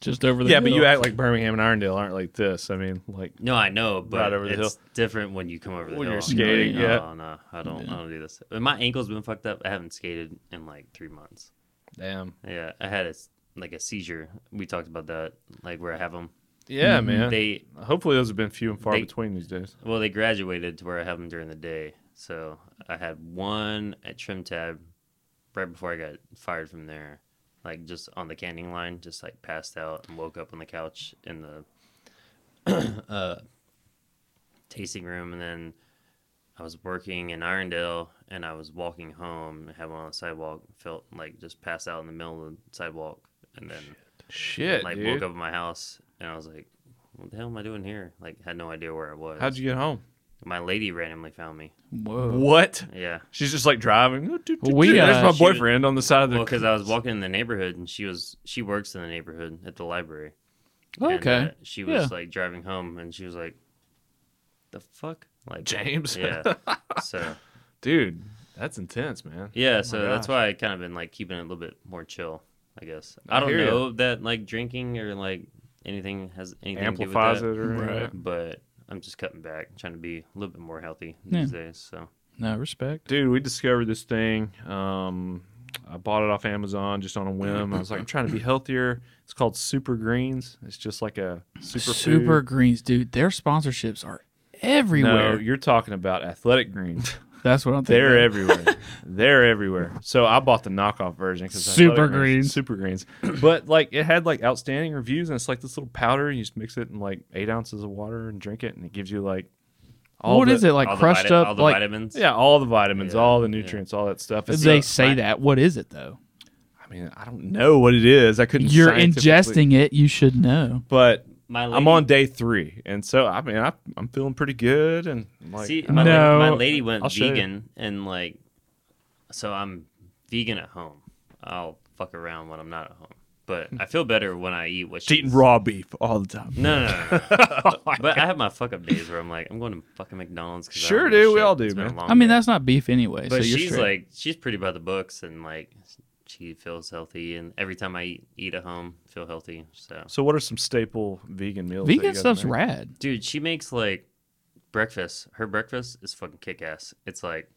S2: Just over the
S4: Yeah, but
S2: hill.
S4: you act like Birmingham and Irondale aren't like this. I mean, like
S3: No, I know, but
S4: Right over the
S3: it's different when you come over the
S4: When
S3: hill.
S4: you're skating,
S3: no,
S4: yeah.
S3: no, I don't. I don't do this. My ankle's been fucked up. I haven't skated in like three months.
S4: damn.
S3: Yeah, I had a s- like a seizure. We talked about that, like where I have them.
S2: Mm-hmm.
S4: Yeah, man.
S3: They
S4: Hopefully, those have been few and far
S3: They-
S4: between these days.
S3: Well, they graduated to where I have them during the day. So I had one at Trim Tab right before I got fired from there, like just on the canning line, just like passed out and woke up on the *clears throat* couch in the uh, tasting room. And then I was working in Irondale and I was walking home and had one on the sidewalk, felt like just passed out in the middle of the sidewalk and then
S4: Shit,
S3: like
S4: dude.
S3: woke up in my house and I was like, What the hell am I doing here? Like had no idea where I was.
S4: How'd you get home?
S3: my lady randomly found me.
S2: Whoa.
S4: What?
S3: Yeah.
S4: She's just like driving.
S2: We,
S4: There's
S2: uh,
S4: my
S3: she was-
S4: boyfriend on the side of the.
S3: Well, because I was walking in the neighborhood and she was she works in the neighborhood at the library.
S4: Oh,
S3: And,
S2: Okay.
S3: uh, she was
S2: Yeah.
S3: like driving home and she was like, The fuck? Like
S4: James. *laughs*
S3: Yeah. So
S4: *laughs* dude, that's intense, man.
S3: Yeah, so that's
S4: Oh gosh.
S3: why I kind of been like keeping it a little bit more chill, I guess. I,
S4: I
S3: don't
S4: hear ya.
S3: know that like drinking or like anything has anything
S4: Amplifies
S3: to do
S4: it,
S3: with
S4: or anything.
S2: Right.
S3: that, but I'm just cutting back, trying to be a little bit more healthy
S2: Yeah.
S3: these days. So
S2: No respect.
S4: dude. We discovered this thing. Um, I bought it off Amazon just on a whim. I was like, I'm trying to be healthier. It's called Super Greens. It's just like a super
S2: Super, greens, dude. Their sponsorships are
S4: No,
S2: everywhere.
S4: you're talking about athletic greens.
S2: That's what I'm thinking. *laughs*
S4: They're everywhere. They're everywhere. So I bought the knockoff version because
S2: Super greens.
S4: super greens. But like it had like outstanding reviews, and it's like this little powder. You just mix it in like eight ounces of water and drink it, and it gives you like all
S2: What
S4: the,
S2: is it like?
S3: all
S2: crushed
S3: the vita- all
S2: up,
S3: the
S2: like
S3: vitamins.
S4: Yeah, all the vitamins,
S3: Yeah,
S4: all the
S3: yeah.
S4: nutrients, all that stuff. It's
S2: they
S4: a-
S2: say that. What is it though?
S4: I mean, I don't know what it is. I couldn't.
S2: You're
S4: scientifically-
S2: ingesting it. You should know.
S4: but
S3: My lady,
S4: I'm on day three, and so I mean, I, I'm feeling pretty good, and like,
S3: See,
S4: I
S3: my,
S4: don't-
S2: No.
S3: lady, my lady went
S4: I'll show you.
S3: vegan and like, so I'm vegan at home. I'll fuck around when I'm not at home, but I feel better when I eat what
S4: Hmm. just
S3: she's
S4: eating raw beef all the time.
S3: No, no, no, no. but I have my fuck up days where I'm like, I'm going to fucking McDonald's. 'cause I don't
S4: Sure
S3: give a
S4: do, we
S3: shit.
S4: all do,
S3: It's been a
S4: man.
S3: long
S2: I mean,
S3: day.
S2: that's not beef anyway.
S3: But
S2: so you're
S3: she's
S2: straight.
S3: like, she's pretty by the books, and like, she feels healthy. And every time I eat, eat at home, feel healthy. So,
S4: *laughs* So, what are some staple vegan meals? that you
S2: vegan
S4: guys
S2: stuff's
S4: make?
S2: rad.
S3: dude, she makes like breakfast. Her breakfast is fucking kick ass. It's like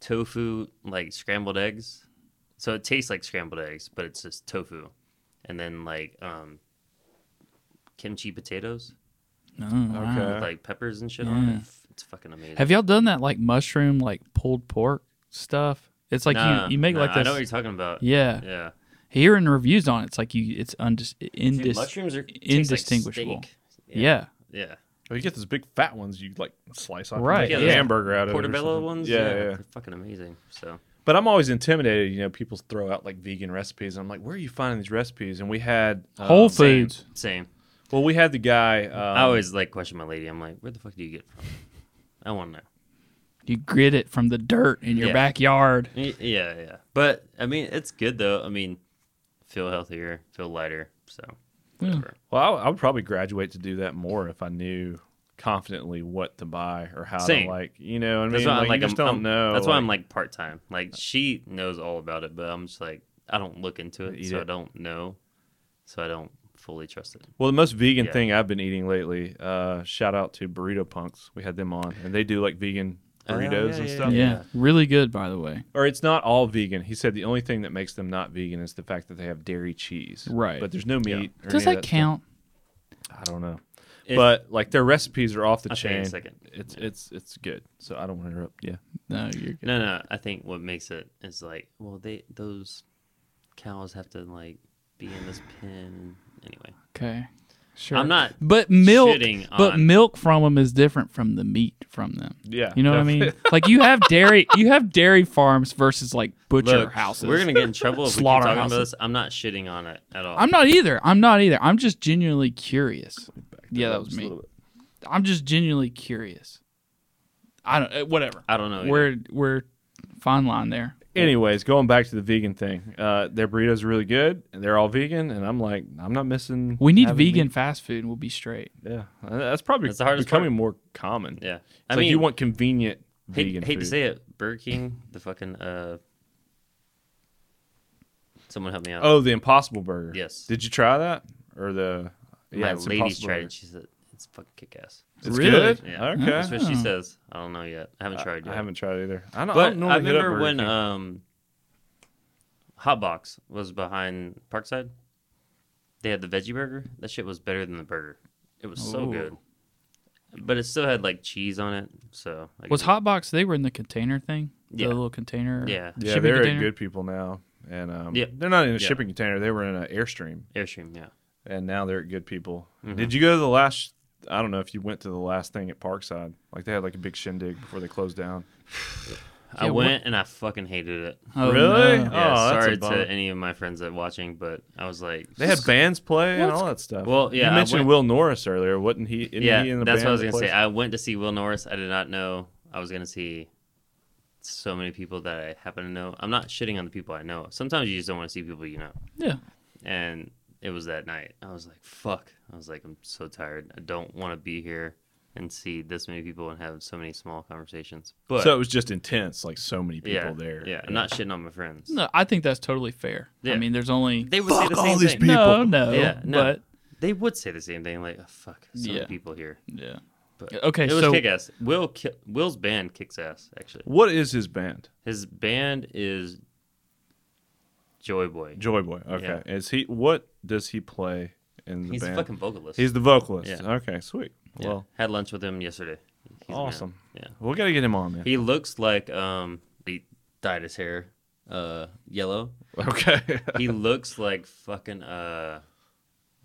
S3: tofu, like scrambled eggs. So it tastes like scrambled eggs, but it's just tofu, and then like um, kimchi potatoes
S2: Oh,
S4: Okay.
S2: wow.
S3: with like peppers and shit on
S2: Yeah.
S3: it. It's fucking amazing.
S2: Have y'all done that like mushroom, like pulled pork stuff? It's like
S3: Nah,
S2: you, you make
S3: nah,
S2: like
S3: I know what
S2: this.
S3: you're talking about.
S2: Yeah.
S3: yeah.
S2: Hearing reviews on it, it's like you. It's undis. indis-
S3: mushrooms are
S2: indistinguishable. yeah.
S3: yeah. yeah.
S4: Well, Oh, you get those big fat ones. You like slice off,
S2: Right,
S4: right? Yeah,
S3: yeah.
S4: hamburger out of it or
S3: Portobello
S4: something.
S3: ones,
S4: Yeah, yeah.
S3: they're fucking amazing. So
S4: But I'm always intimidated. You know, people throw out like vegan recipes. And I'm like, where are you finding these recipes? And we had um,
S2: Whole
S3: same,
S2: Foods.
S3: same.
S4: Well, we had the guy. Um,
S3: I always like question my lady. I'm like, where the fuck do you get it from? I want to know.
S2: You grit it from the dirt in your
S3: Yeah.
S2: backyard.
S3: Y- Yeah, yeah. But I mean, it's good though. I mean, feel healthier, feel lighter. So
S2: Yeah.
S3: whatever.
S4: Well, I, I would probably graduate to do that more if I knew confidently what to buy or how
S3: Same.
S4: to like, you know, what I mean,
S3: that's why
S4: like,
S3: I'm like,
S4: you just
S3: I'm,
S4: don't
S3: I'm-
S4: know.
S3: That's why I'm like part time. Like she knows all about it, but I'm just like, I don't look into it,
S4: Eat
S3: so
S4: it.
S3: I don't know, so I don't fully trust it.
S4: Well, the most vegan
S3: Yeah.
S4: thing I've been eating lately. Uh, shout out to Burrito Punks. We had them on, and they do like vegan
S3: Oh,
S4: burritos
S3: yeah,
S4: and
S3: yeah,
S4: stuff.
S2: Yeah. Really good, by the way.
S4: Or it's not all vegan. He said the only thing that makes them not vegan is the fact that they have dairy cheese.
S2: Right.
S4: But there's no
S3: Yeah.
S4: meat. or
S2: Does
S4: any of
S2: that
S4: stuff.
S2: count?
S4: I don't know.
S3: If-
S4: but like their recipes are off the
S3: I'll tell you in
S4: chain.
S3: a second.
S4: It's it's it's good. So I don't want to interrupt. Yeah.
S2: No, you're good.
S3: No, no. I think what makes it is like, well, they those cows have to like be in this pen. Anyway,
S2: Okay. Sure.
S3: I'm not.
S2: But milk,
S3: shitting
S2: but
S3: on-
S2: milk from them is different from the meat from them.
S4: Yeah.
S2: You know what I
S4: *laughs*
S3: *laughs*
S2: mean? Like you have dairy, you have dairy farms versus like butcher
S3: Look,
S2: houses.
S3: we're gonna get in trouble if we keep talking about
S2: Slaughterhouses.
S3: this. I'm not shitting on it at all.
S2: I'm not either. I'm not either. I'm just genuinely curious. Yeah, that was
S4: Just a
S2: me.
S4: little bit.
S2: I'm just genuinely curious. I don't. uh, Whatever.
S3: I don't know. either.
S2: We're we're fine line there.
S4: Anyways, going back to the vegan thing, uh, their burritos are really good, and they're all vegan. And I'm like, I'm not missing.
S2: We need
S4: having
S2: vegan
S4: meat.
S2: fast food, and we'll be straight.
S4: Yeah, Uh, that's probably
S3: That's the hardest
S4: becoming more common.
S3: Yeah.
S4: It's
S3: I
S4: like
S3: mean,
S4: you want convenient
S3: hate,
S4: vegan.
S3: hate
S4: food.
S3: to say it, Burger King, the fucking uh. Someone help me out.
S4: Oh, the Impossible Burger.
S3: Yes.
S4: Did you try that or the?
S3: my
S4: it's
S3: lady
S4: Impossible
S3: tried
S4: Burger.
S3: it. She said it's fucking kick ass.
S4: It's
S2: Really?
S4: good.
S3: Yeah.
S4: Okay.
S3: That's what she
S2: Oh.
S3: says. I don't know yet. I haven't tried yet.
S4: I haven't tried it either. *laughs* I don't. I,
S3: But
S4: don't
S3: I
S4: normally hit up
S3: remember
S4: Burger
S3: when
S4: King.
S3: um, Hotbox was behind Parkside. They had the veggie burger. That shit was better than the burger. It was so
S2: Ooh.
S3: good, but it still had like cheese on it. So I
S2: Was
S3: guess-
S2: Hotbox? They were in the container thing.
S3: Yeah.
S2: The little container.
S3: Yeah,
S4: yeah,
S2: shipping
S4: they're
S2: container?
S4: good people now, and um,
S3: Yeah.
S4: they're not in a
S3: Yeah.
S4: shipping container. They were in an airstream,
S3: Airstream. Yeah,
S4: and now they're at good people.
S3: Mhm.
S4: Did you go to the last I don't know if you went to the last thing at Parkside. Like they had like a big shindig before they closed down.
S3: I
S2: Yeah, what-
S3: went and I fucking hated it.
S2: Oh,
S4: really?
S2: no.
S3: Yeah,
S4: oh,
S3: sorry
S4: that's a
S3: to
S4: bummer.
S3: any of my friends that watching, but I was like,
S4: They had bands play and
S2: What's-
S4: all that stuff.
S3: Well, yeah,
S4: you
S3: I
S4: mentioned
S3: went-
S4: Will Norris earlier, wasn't he? Isn't
S3: yeah,
S4: he in the
S3: that's
S4: band
S3: what I was
S4: that
S3: gonna say.
S4: plays-
S3: I went to see Will Norris. I did not know I was gonna see so many people that I happen to know. I'm not shitting on the people I know. Sometimes you just don't want to see people you know.
S2: Yeah.
S3: And it was that night. I was like, fuck. I was like, I'm so tired. I don't want to be here and see this many people and have so many small conversations. But
S4: so it was just intense, like so many people
S3: yeah,
S4: there.
S3: Yeah, I'm not shitting on my friends.
S2: No, I think that's totally fair. I
S3: Yeah.
S2: mean, there's only
S3: They would say
S4: Fuck
S3: the
S4: all
S3: same
S4: these
S3: thing.
S4: people.
S2: no, no,
S3: Yeah, no.
S2: but
S3: They would say the same thing, like, oh, fuck, so
S2: Yeah.
S3: many people here.
S2: yeah.
S3: But
S2: Okay,
S3: it was
S2: so
S3: kick ass. Will ki- Will's band kicks ass, actually.
S4: What is his band?
S3: His band is Joy Boy.
S4: Joy Boy. Okay. Is he? What does he play in the
S3: He's
S4: band?
S3: a fucking vocalist.
S4: He's the vocalist.
S3: Yeah.
S4: Okay. Sweet.
S3: yeah.
S4: Well,
S3: had lunch with him yesterday. He's the man.
S4: awesome.
S3: Yeah.
S4: We gotta get him on, man.
S3: He looks like um he dyed his hair uh yellow.
S4: *laughs* okay. *laughs*
S3: He looks like fucking uh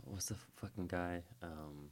S3: what's the fucking guy? Um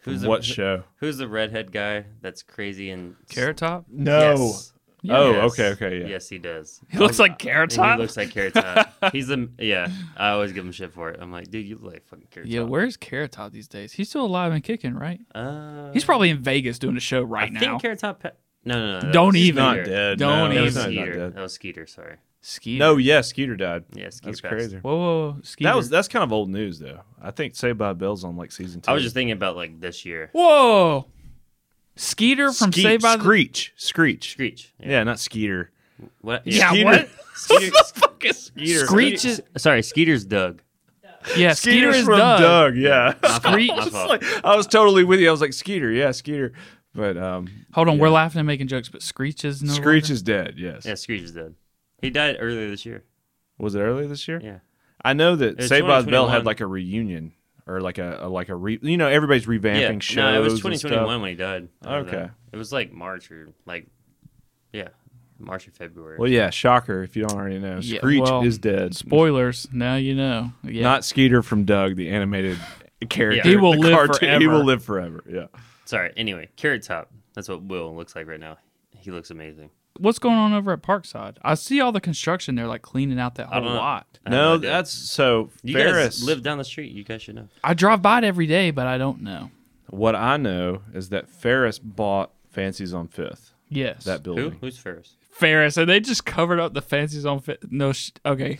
S3: Who's the
S4: what show?
S3: Who's the redhead guy that's crazy and
S2: Carrot Top.
S4: No.
S3: Yes.
S4: Oh,
S3: Yes.
S4: okay, okay, yeah.
S3: Yes, he does. Oh,
S2: He looks like Carrot
S3: And he
S2: Oh, Top.
S3: looks like Carrot
S4: *laughs*
S3: Top. He's the yeah. I always give him shit for it. I'm like, dude, you look like fucking Carrot
S2: Yeah,
S3: Top.
S2: where's Carrot Top these days? He's still alive and kicking, right?
S3: Uh,
S2: He's probably in Vegas doing a show right
S3: I
S2: now.
S3: think Carrot Top. Pa- no, no, no. that
S2: Don't
S3: was
S2: even.
S4: Not
S3: Skeeter.
S4: dead.
S2: Don't
S4: no,
S3: That
S2: even.
S3: was
S4: he's not- not
S3: Skeeter.
S4: dead.
S3: That was Skeeter. Sorry.
S2: Skeeter.
S4: No, yeah, Skeeter died.
S3: Yeah, Skeeter.
S4: That's
S3: passed.
S4: crazy.
S2: Whoa, whoa, whoa. Skeeter.
S4: That was that's kind of old news though. I think Saved by the Bell's on like season two.
S3: I was just thinking about like this year.
S2: Whoa. Skeeter from
S4: Skeet-
S2: Saved by the.
S4: Screech, Screech.
S3: Screech.
S4: Yeah. not Skeeter.
S3: What?
S2: Yeah,
S4: Skeeter.
S2: what?
S3: *laughs* Skeeter.
S2: Fuck is
S4: Skeeter.
S2: Screech is
S3: Sorry,
S2: *laughs*
S3: Skeeter's Doug.
S2: yeah. Skeeter
S4: Skeeter's
S2: is
S4: from
S2: Doug.
S4: Doug. yeah.
S2: Screech.
S3: My
S4: *laughs* It's
S3: fault.
S4: like, I was totally with you. I was like Skeeter, yeah, Skeeter. But um,
S2: Hold on, we're laughing and making jokes, but Screech is no.
S4: Screech
S2: longer-
S4: is dead. Yes.
S3: Yeah, Screech is dead. He died earlier this year.
S4: Was it earlier this year?
S3: Yeah.
S4: I know that
S3: was
S4: Saved by the Bell
S3: 2021.
S4: had like a reunion or like a, a- like a re. You know, everybody's revamping
S3: yeah.
S4: shows.
S3: no, it was
S4: and stuff.
S3: 2021 when he died. I don't know.
S4: Okay.
S3: It was like March or like, yeah, March or February.
S4: Well, yeah, shocker if you don't already know.
S2: Yeah,
S4: Screech
S2: well,
S4: is dead.
S2: Spoilers. Now you know. Yeah.
S4: Not Skeeter from Doug,
S3: *laughs*
S4: the animated character.
S3: He
S2: will
S4: the
S2: live
S4: He
S2: forever.
S4: will live forever. Yeah.
S3: Sorry. Anyway, Carrot Top. That's what Will looks like right now. He looks amazing.
S2: What's going on over at Parkside? I see all the construction there, like cleaning out that
S3: I
S2: whole
S3: don't know.
S2: lot.
S3: I have
S4: No,
S3: idea.
S4: that's so.
S3: you
S4: Ferris.
S3: guys live down the street. You guys should know.
S2: I drive by it every day, but I don't know.
S4: What I know is that Ferris bought Fancies on Fifth.
S2: Yes.
S4: That
S3: Who?
S4: building.
S3: Who's Ferris?
S2: Ferris, and they just covered up the fancies on fifth. No, sh- okay,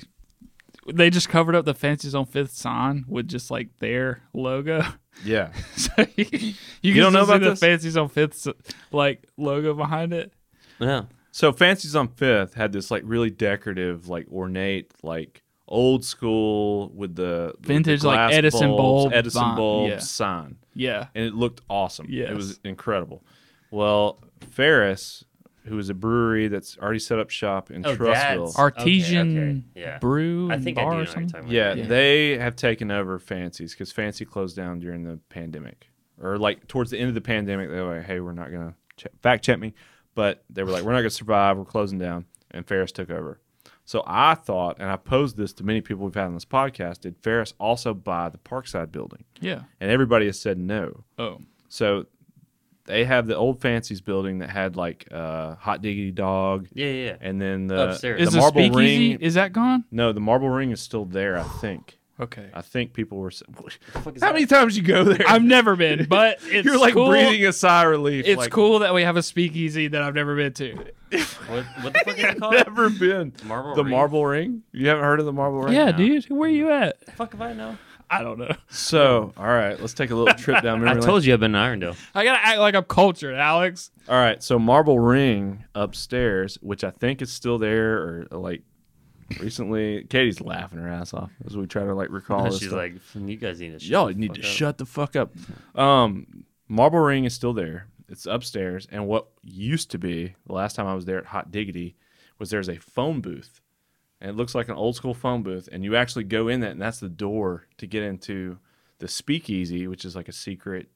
S2: they just covered up the fancies on fifth sign with just like their logo. *laughs*
S4: Yeah.
S2: so you, you, can
S4: don't know
S2: still see
S4: about
S2: the
S4: this?
S2: fancies on fifth like logo behind it.
S3: No.
S4: So Fancies on Fifth had this like really decorative, like ornate, like old school with the with the
S2: Vintage, like,
S4: glass
S2: Edison
S4: bulbs,
S2: bulb
S4: Edison
S2: sign,
S4: bulb
S2: yeah.
S4: sign,
S2: Yeah,
S4: and it looked awesome.
S2: Yes.
S4: It was incredible. Well, Ferris, who is a brewery that's already set up shop in
S3: Oh,
S4: Trussville,
S3: that's-
S2: artesian
S3: okay, yeah.
S2: brew
S3: I
S2: and
S3: think I do
S2: bar
S3: know
S2: or
S3: what you're
S2: something.
S3: talking about.
S4: yeah,
S2: Yeah.
S4: they have taken over Fancies because Fancy closed down during the pandemic, or like towards the end of the pandemic, they were like, "Hey, we're not gonna check, fact check me," but they were like, "We're not gonna survive. We're closing down," and Ferris took over. So I thought, and I posed this to many people we've had on this podcast: Did Ferris also buy the Parkside building?
S2: Yeah.
S4: And everybody has said no.
S2: Oh,
S4: So they have the old Fancies building that had like uh, Hot Diggity Dog,
S3: Yeah, yeah. yeah.
S4: and then the
S3: Upstairs.
S4: the
S2: is the,
S4: marble
S2: speakeasy?
S4: ring.
S2: Is that gone?
S4: No, the marble ring is still there, I think.
S2: Okay,
S4: *laughs* I think people were. s-
S3: fuck is
S4: How
S3: that?
S4: many times you go there? *laughs*
S2: I've never
S3: *laughs*
S2: been, but it's
S4: You're like
S2: cool.
S4: breathing a sigh of relief.
S2: It's
S4: like,
S2: cool that we have a speakeasy that I've never been to.
S3: What, what the fuck
S4: *laughs*
S3: is it called?
S4: *laughs* Never been.
S3: Marble
S4: the
S3: Ring?
S4: marble ring. You haven't heard of the marble ring?
S2: yeah,
S4: No.
S2: dude, where you at?
S3: The fuck if I know.
S2: I don't know.
S4: So, all right, let's take a little trip *laughs* down memory
S3: I
S4: lane.
S3: told you I've been in Irondale.
S2: I gotta act like I'm cultured, Alex.
S4: All right, so marble ring upstairs, which I think is still there, or like recently. Katie's laughing her ass off as we try to like recall. this
S3: She's
S4: stuff.
S3: like, you guys need to shut
S4: y'all
S3: the
S4: need
S3: fuck
S4: to
S3: up."
S4: shut the fuck up. Um, Marble Ring is still there. It's upstairs, and what used to be the last time I was there at Hot Diggity was there's a phone booth, and it looks like an old school phone booth, and you actually go in that, and that's the door to get into the Speakeasy, which is like a secret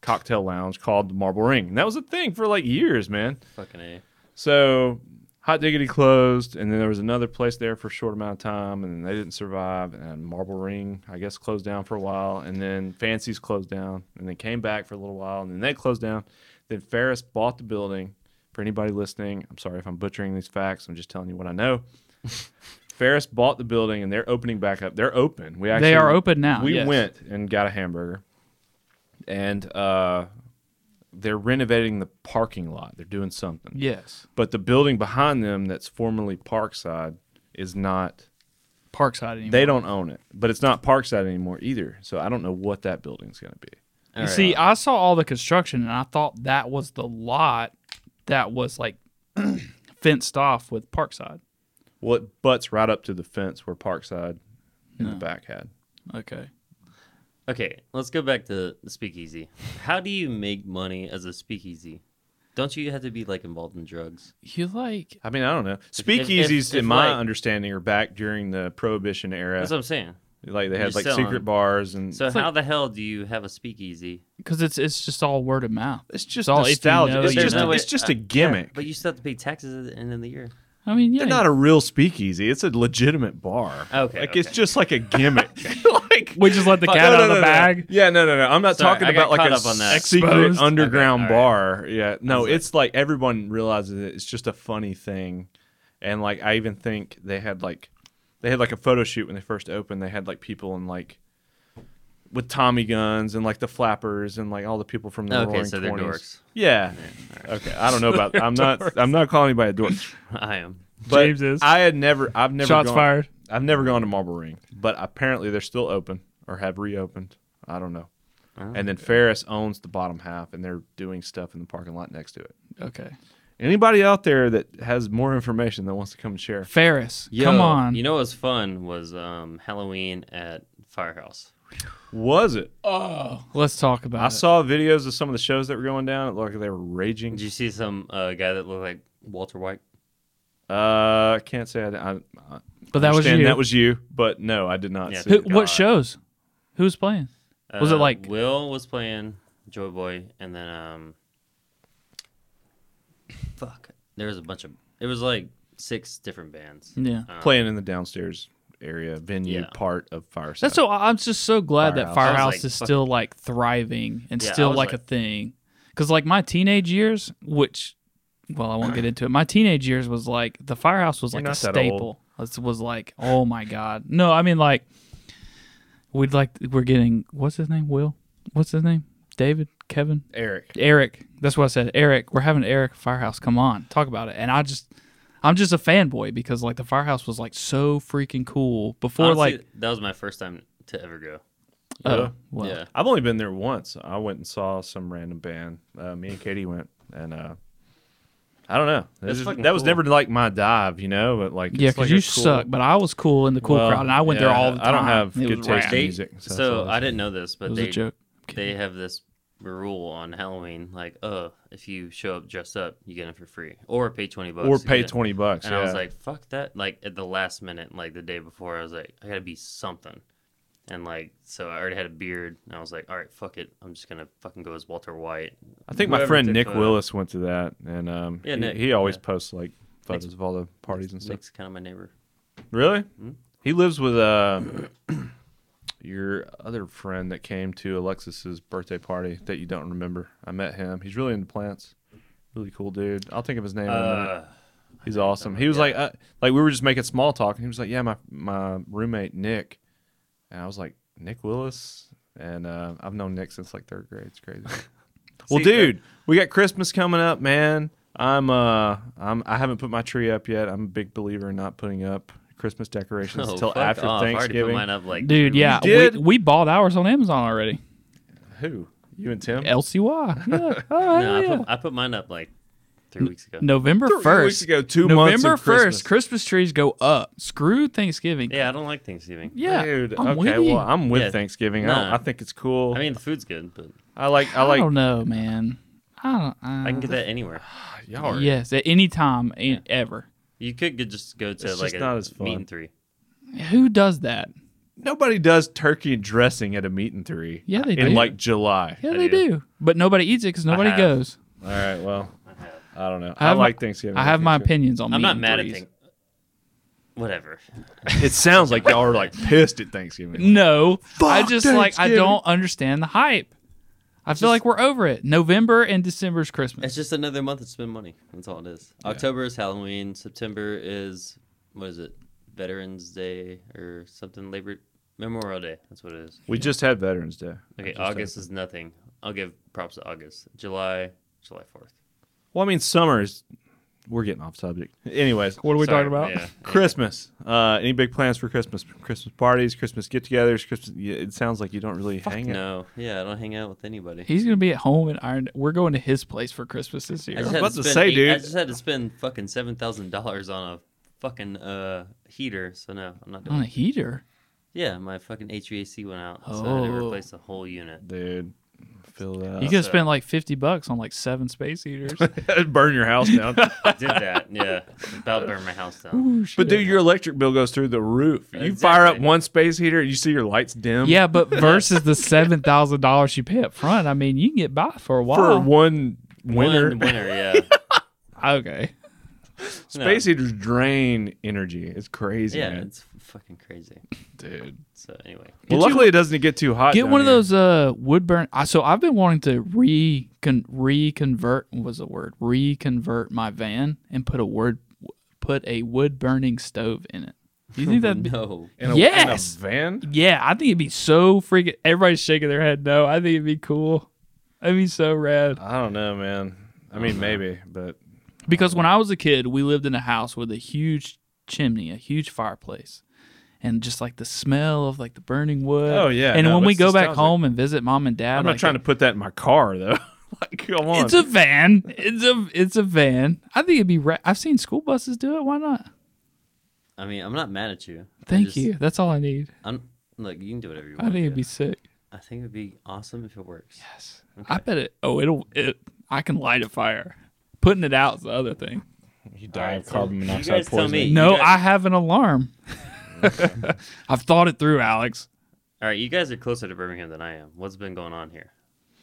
S4: cocktail lounge called the Marble Ring, and that was a thing for like years, man.
S3: Fucking A.
S4: So Hot Diggity closed, and then there was another place there for a short amount of time, and they didn't survive. And Marble Ring, I guess, closed down for a while, and then Fancy's closed down, and then came back for a little while, and then they closed down. Then Ferris bought the building. For anybody listening, I'm sorry if I'm butchering these facts. I'm just telling you what
S2: *laughs*
S4: I know. Ferris bought the building, and they're opening back up. They're open. We actually
S2: they are open now.
S4: we
S2: yes.
S4: went and got a hamburger, and uh, they're renovating the parking lot. They're doing something
S2: Yes.
S4: but the building behind them that's formerly Parkside is not.
S2: Parkside anymore.
S4: They don't own it, but it's not Parkside anymore either. So I don't know what that building's going to be.
S2: You
S3: All right.
S2: see, I saw all the construction and I thought that was the lot that was like *clears throat* fenced off with Parkside.
S4: Well, it butts right up to the fence where Parkside in the
S2: No.
S4: back had.
S2: Okay.
S3: Okay, let's go back to the speakeasy. How do you make money as a speakeasy? Don't you have to be like involved in drugs?
S2: You like
S4: I mean, I don't know.
S3: if-
S4: Speakeasies,
S3: if,
S4: in my
S3: like-
S4: understanding, are back during the Prohibition era.
S3: That's what I'm saying.
S4: Like they
S3: you're
S4: had like
S3: selling.
S4: secret bars and
S3: So
S2: It's
S3: how
S2: like-
S3: the hell do you have a speakeasy?
S2: because it's it's just all word of mouth.
S4: it's just
S2: all if you
S4: nostalgia.
S2: know,
S4: it's,
S2: you
S4: just,
S2: know.
S4: it's just a
S3: Yeah,
S4: gimmick.
S3: but you still have to pay taxes at the end of the year.
S2: I mean, yeah,
S4: They're not a real speakeasy. It's a legitimate bar.
S3: Okay,
S4: like it's
S3: okay.
S4: just like
S3: *laughs*
S4: a gimmick. like
S2: we just let the
S4: Fuck,
S2: cat
S4: *laughs* no,
S2: out
S4: no,
S2: of the
S4: no, no.
S2: bag.
S4: Yeah, no, no, no. I'm not
S3: Sorry,
S4: talking
S3: I got
S4: about like
S3: caught
S4: a
S3: up on that.
S4: secret
S2: Exposed.
S4: underground
S3: Okay, all
S4: bar. Yeah, no,
S3: was like-
S4: it's like everyone realizes it. It's just a funny thing, and like I even think they had like they had like a photo shoot when they first opened. They had like people in like with Tommy guns and like the flappers and like all the people from the
S3: Okay,
S4: Roaring
S3: so they're
S4: 20s.
S3: dorks.
S4: Yeah.
S3: Yeah, all
S4: Okay, I don't know about.
S2: *laughs*
S4: I'm not. I'm not calling anybody a dork.
S3: right. *laughs* I am.
S4: But
S2: James is.
S4: I had never. I've never.
S2: Shots
S4: gone-
S2: fired.
S4: I've never gone to Marble Ring, but apparently they're still open or have reopened. I don't know.
S3: Oh,
S4: and then Ferris owns the bottom half, and they're doing stuff in the parking lot next to it.
S2: Okay.
S4: Anybody out there that has more information that wants to come and share?
S2: Ferris,
S3: Yo,
S2: come on.
S3: You know what was fun was um, Halloween at Firehouse.
S4: Was it?
S2: oh, let's talk about
S4: I
S2: it.
S4: saw videos of some of the shows that were going down. It looked like they were raging.
S3: Did you see some uh, guy that looked like Walter White?
S4: Uh, I can't say I. I, I
S2: but that was
S4: understand
S2: you.
S4: That was you. But no, I did not
S3: Yeah.
S4: see.
S2: Who,
S4: it.
S3: God.
S2: what shows? Who was playing? Was it
S3: Uh,
S2: like-
S3: Will was playing Joy Boy, and then um, fuck, there was a bunch of. It was like six different bands.
S2: Yeah.
S3: Um,
S4: Playing in the downstairs area
S3: Yeah.
S4: venue
S3: part
S4: part of Fireside.
S2: That's so. I'm just so glad that
S4: Firehouse.
S2: Firehouse
S3: I was like,
S2: is
S3: fuck.
S2: still like thriving and
S3: Yeah, I
S2: still
S3: was
S2: like,
S3: like-
S2: a thing. Because like my teenage years, which, well, I won't get into it. My teenage years was like the Firehouse was
S4: You're
S2: like a
S4: not that old.
S2: staple. This was like, oh my god. No, I mean like, we'd like we're getting what's his name? Will? What's his name? David? Kevin?
S4: Eric.
S2: Eric. That's what I said. Eric, we're having Eric Firehouse come on, talk about it. And I just, I'm just a fanboy because like the Firehouse was like so freaking cool before
S3: honestly,
S2: like.
S3: that was my first time to ever go.
S2: Oh, well.
S3: yeah, *laughs*
S4: I've only been there once. I went and saw some random band. Uh, me and Katie went, and uh, I don't know. That,
S3: That's
S4: just-
S3: fucking
S4: that was
S3: cool.
S4: never like my dive, you know. But like,
S2: Yeah,
S4: it's
S2: because
S4: like
S2: you
S4: a cool-
S2: suck, but I was cool in the cool
S4: Well,
S2: crowd, and I went there
S4: yeah,
S2: all the time.
S4: I don't have
S2: It
S4: good
S2: was rad.
S4: taste in
S3: They-
S4: music.
S3: So,
S4: that's-
S3: I didn't know this,
S2: It
S3: but
S2: was
S3: they
S2: a joke.
S3: they have this rule on Halloween, like, oh, if you show up dressed up, you get it for free, or pay twenty bucks,
S4: or
S3: to
S4: pay
S3: get in.
S4: twenty bucks.
S3: And
S4: yeah.
S3: I was like, fuck that. Like at the last minute, like the day before, I was like, I gotta be something. And like, so I already had a beard, and I was like, all right, fuck it. I'm just gonna fucking go as Walter White.
S4: I think my
S3: whoever
S4: friend
S3: took
S4: Nick
S3: photo-
S4: Willis went to that, and um,
S3: Yeah,
S4: he,
S3: Nick,
S4: he always
S3: yeah.
S4: posts like photos of all the parties and stuff.
S3: Nick's kind of my neighbor.
S4: Really?
S3: Hmm?
S4: He lives with uh, *clears throat* your other friend that came to Alexis's birthday party that you don't remember. I met him. He's really into plants. Really cool dude. I'll think of his name. in a minute.
S3: Uh,
S4: He's awesome. He was
S3: yeah.
S4: like, uh, like we were just making small talk, and he was like, "Yeah, my my roommate Nick," and I was like, "Nick Willis," and uh, I've known Nick since like third grade.
S3: *laughs*
S4: It's crazy. well,
S3: See,
S4: dude, we got Christmas coming up, man. I'm uh, I'm I haven't put my tree up yet. I'm a big believer in not putting up Christmas
S3: *laughs*
S4: decorations
S3: oh,
S4: until
S3: fuck
S4: after
S3: off. I already put
S4: Thanksgiving.
S3: mine up, like,
S2: Dude,
S3: three
S2: yeah,
S3: weeks-
S4: You did?
S2: we, we bought ours on Amazon already.
S4: Who? You and Tim? *laughs*
S2: LCY, yeah, all right,
S3: No, I,
S2: yeah.
S3: put, I put mine up like three weeks ago.
S2: November
S4: Three weeks
S2: first.
S4: ago, two months
S2: November
S4: of Christmas.
S2: first, Christmas trees go up. Screw Thanksgiving.
S3: Yeah, I don't like Thanksgiving.
S2: yeah.
S4: Dude,
S2: I'm
S4: okay,
S2: with you.
S4: well, I'm with
S3: Yeah.
S4: Thanksgiving. I, don't-
S3: Nah.
S4: I think it's cool.
S3: I mean, the food's good, but
S4: I like, I
S2: I
S4: like.
S2: don't know, man. I don't. Uh,
S3: I can get that anywhere.
S4: y'all are-
S2: Yes, at any time, a- ever.
S3: You could get, just go to
S4: It's
S3: like
S4: just
S3: a
S4: not as
S3: meet
S4: fun.
S3: and three.
S2: Who does that?
S4: Nobody does turkey and dressing at a meet and three.
S2: Yeah, they
S4: in
S2: do.
S4: like July.
S2: Yeah,
S3: I
S2: they
S3: do.
S2: do, but nobody eats it because nobody
S3: have.
S2: goes.
S4: All right, well, I don't know.
S2: I
S4: I,
S2: have my-
S4: like Thanksgiving.
S2: I have my
S4: vacation.
S2: opinions on.
S3: I'm
S2: meat
S3: not
S2: and
S3: mad
S2: threes.
S3: at things. Whatever.
S4: It sounds like y'all are like pissed at Thanksgiving.
S2: No, I
S4: Fuck
S2: just like I
S4: Thanksgiving.
S2: don't understand the hype. I feel like we're over it. November and December is Christmas.
S3: It's just another month to spend money. That's all it is. October is Halloween. September is what is it? Veterans Day or something? Labor Memorial Day. That's what it is.
S4: We just had Veterans Day.
S3: Okay,
S4: Just
S3: August is nothing. I'll give props to August. July, July fourth.
S4: Well, I mean, summer is. We're getting off subject. Anyways,
S2: What are we
S3: Sorry,
S2: talking about?
S3: yeah.
S4: Christmas. Uh, any big plans for Christmas? Christmas parties, Christmas get-togethers. Christmas. yeah, It sounds like you don't really hang out.
S3: No, yeah, I don't hang out with anybody.
S2: He's gonna be at home and iron. We're going to his place for Christmas this
S3: I
S2: year.
S3: just
S4: I
S3: had
S4: was about to
S3: spend
S4: say,
S3: eight- I
S4: dude.
S3: just had to spend fucking seven thousand dollars on a fucking uh heater. So no, I'm not doing.
S2: On a
S3: it.
S2: heater.
S3: Yeah, my fucking HVAC went out, so I had to
S2: Oh.
S3: replace the whole unit.
S4: dude. Feel that. *laughs*
S2: You could spend like fifty bucks on like seven space *laughs* heaters.
S4: burn your
S2: *laughs*
S4: house down.
S3: I did that. Yeah, about burned my house down.
S2: Ooh,
S4: but
S2: Oh, shit.
S4: dude, your electric bill goes through the roof. You fire up
S3: Exactly.
S4: one space heater, you see your lights dim.
S2: yeah,
S4: *laughs*
S2: but versus the seven thousand dollars you pay up front, I mean, you can get by for a
S4: for
S2: while.
S4: one winter.
S3: One winter,
S2: *laughs*
S3: yeah.
S2: okay,
S4: Space heaters drain energy. It's crazy,
S3: yeah,
S4: man.
S3: it's fucking crazy.
S4: dude.
S3: So anyway,
S4: Well,
S2: Did you-
S4: luckily it doesn't get too hot.
S2: get
S4: down
S2: one of
S4: here.
S2: those uh wood burn. I, so I've been wanting to re con, reconvert what was the word reconvert my van and put a word put a wood burning stove in it. You
S4: *laughs*
S2: think that'd be?
S3: *laughs* no.
S4: in a,
S2: Yes!
S4: in a van.
S2: Yeah, I think it'd be so freaking. Everybody's shaking their head. No, I think it'd be cool. That'd be so rad.
S4: I don't know, man. I mean, maybe, but
S2: Because when I was a kid, we lived in a house with a huge chimney, a huge fireplace, and just like the smell of like the burning wood.
S4: Oh, yeah,
S2: And
S4: no,
S2: when we
S4: it's
S2: go back
S4: nostalgic.
S2: home and visit mom and dad,
S4: I'm not
S2: like,
S4: trying to put that in my car though. *laughs* like, come on.
S2: It's a van. It's a it's a van. I think it'd be. Ra- I've seen school buses do it. Why not?
S3: I mean, I'm not mad at you. I
S2: Thank
S3: just-
S2: you. That's all I need.
S3: I'm like, you can do whatever you
S2: I
S4: Oh,
S3: want.
S2: think it'd
S3: to.
S2: be sick.
S3: I think it'd be awesome if it works.
S2: Yes. I bet it. Oh, it'll. It. I can light a fire. Putting it out is the other thing.
S4: you
S3: All right, so you guys tell me.
S2: No,
S3: guys-
S2: I have an alarm. *laughs* I've thought it through, Alex.
S3: All right, you guys are closer to Birmingham than I am. What's been going on here?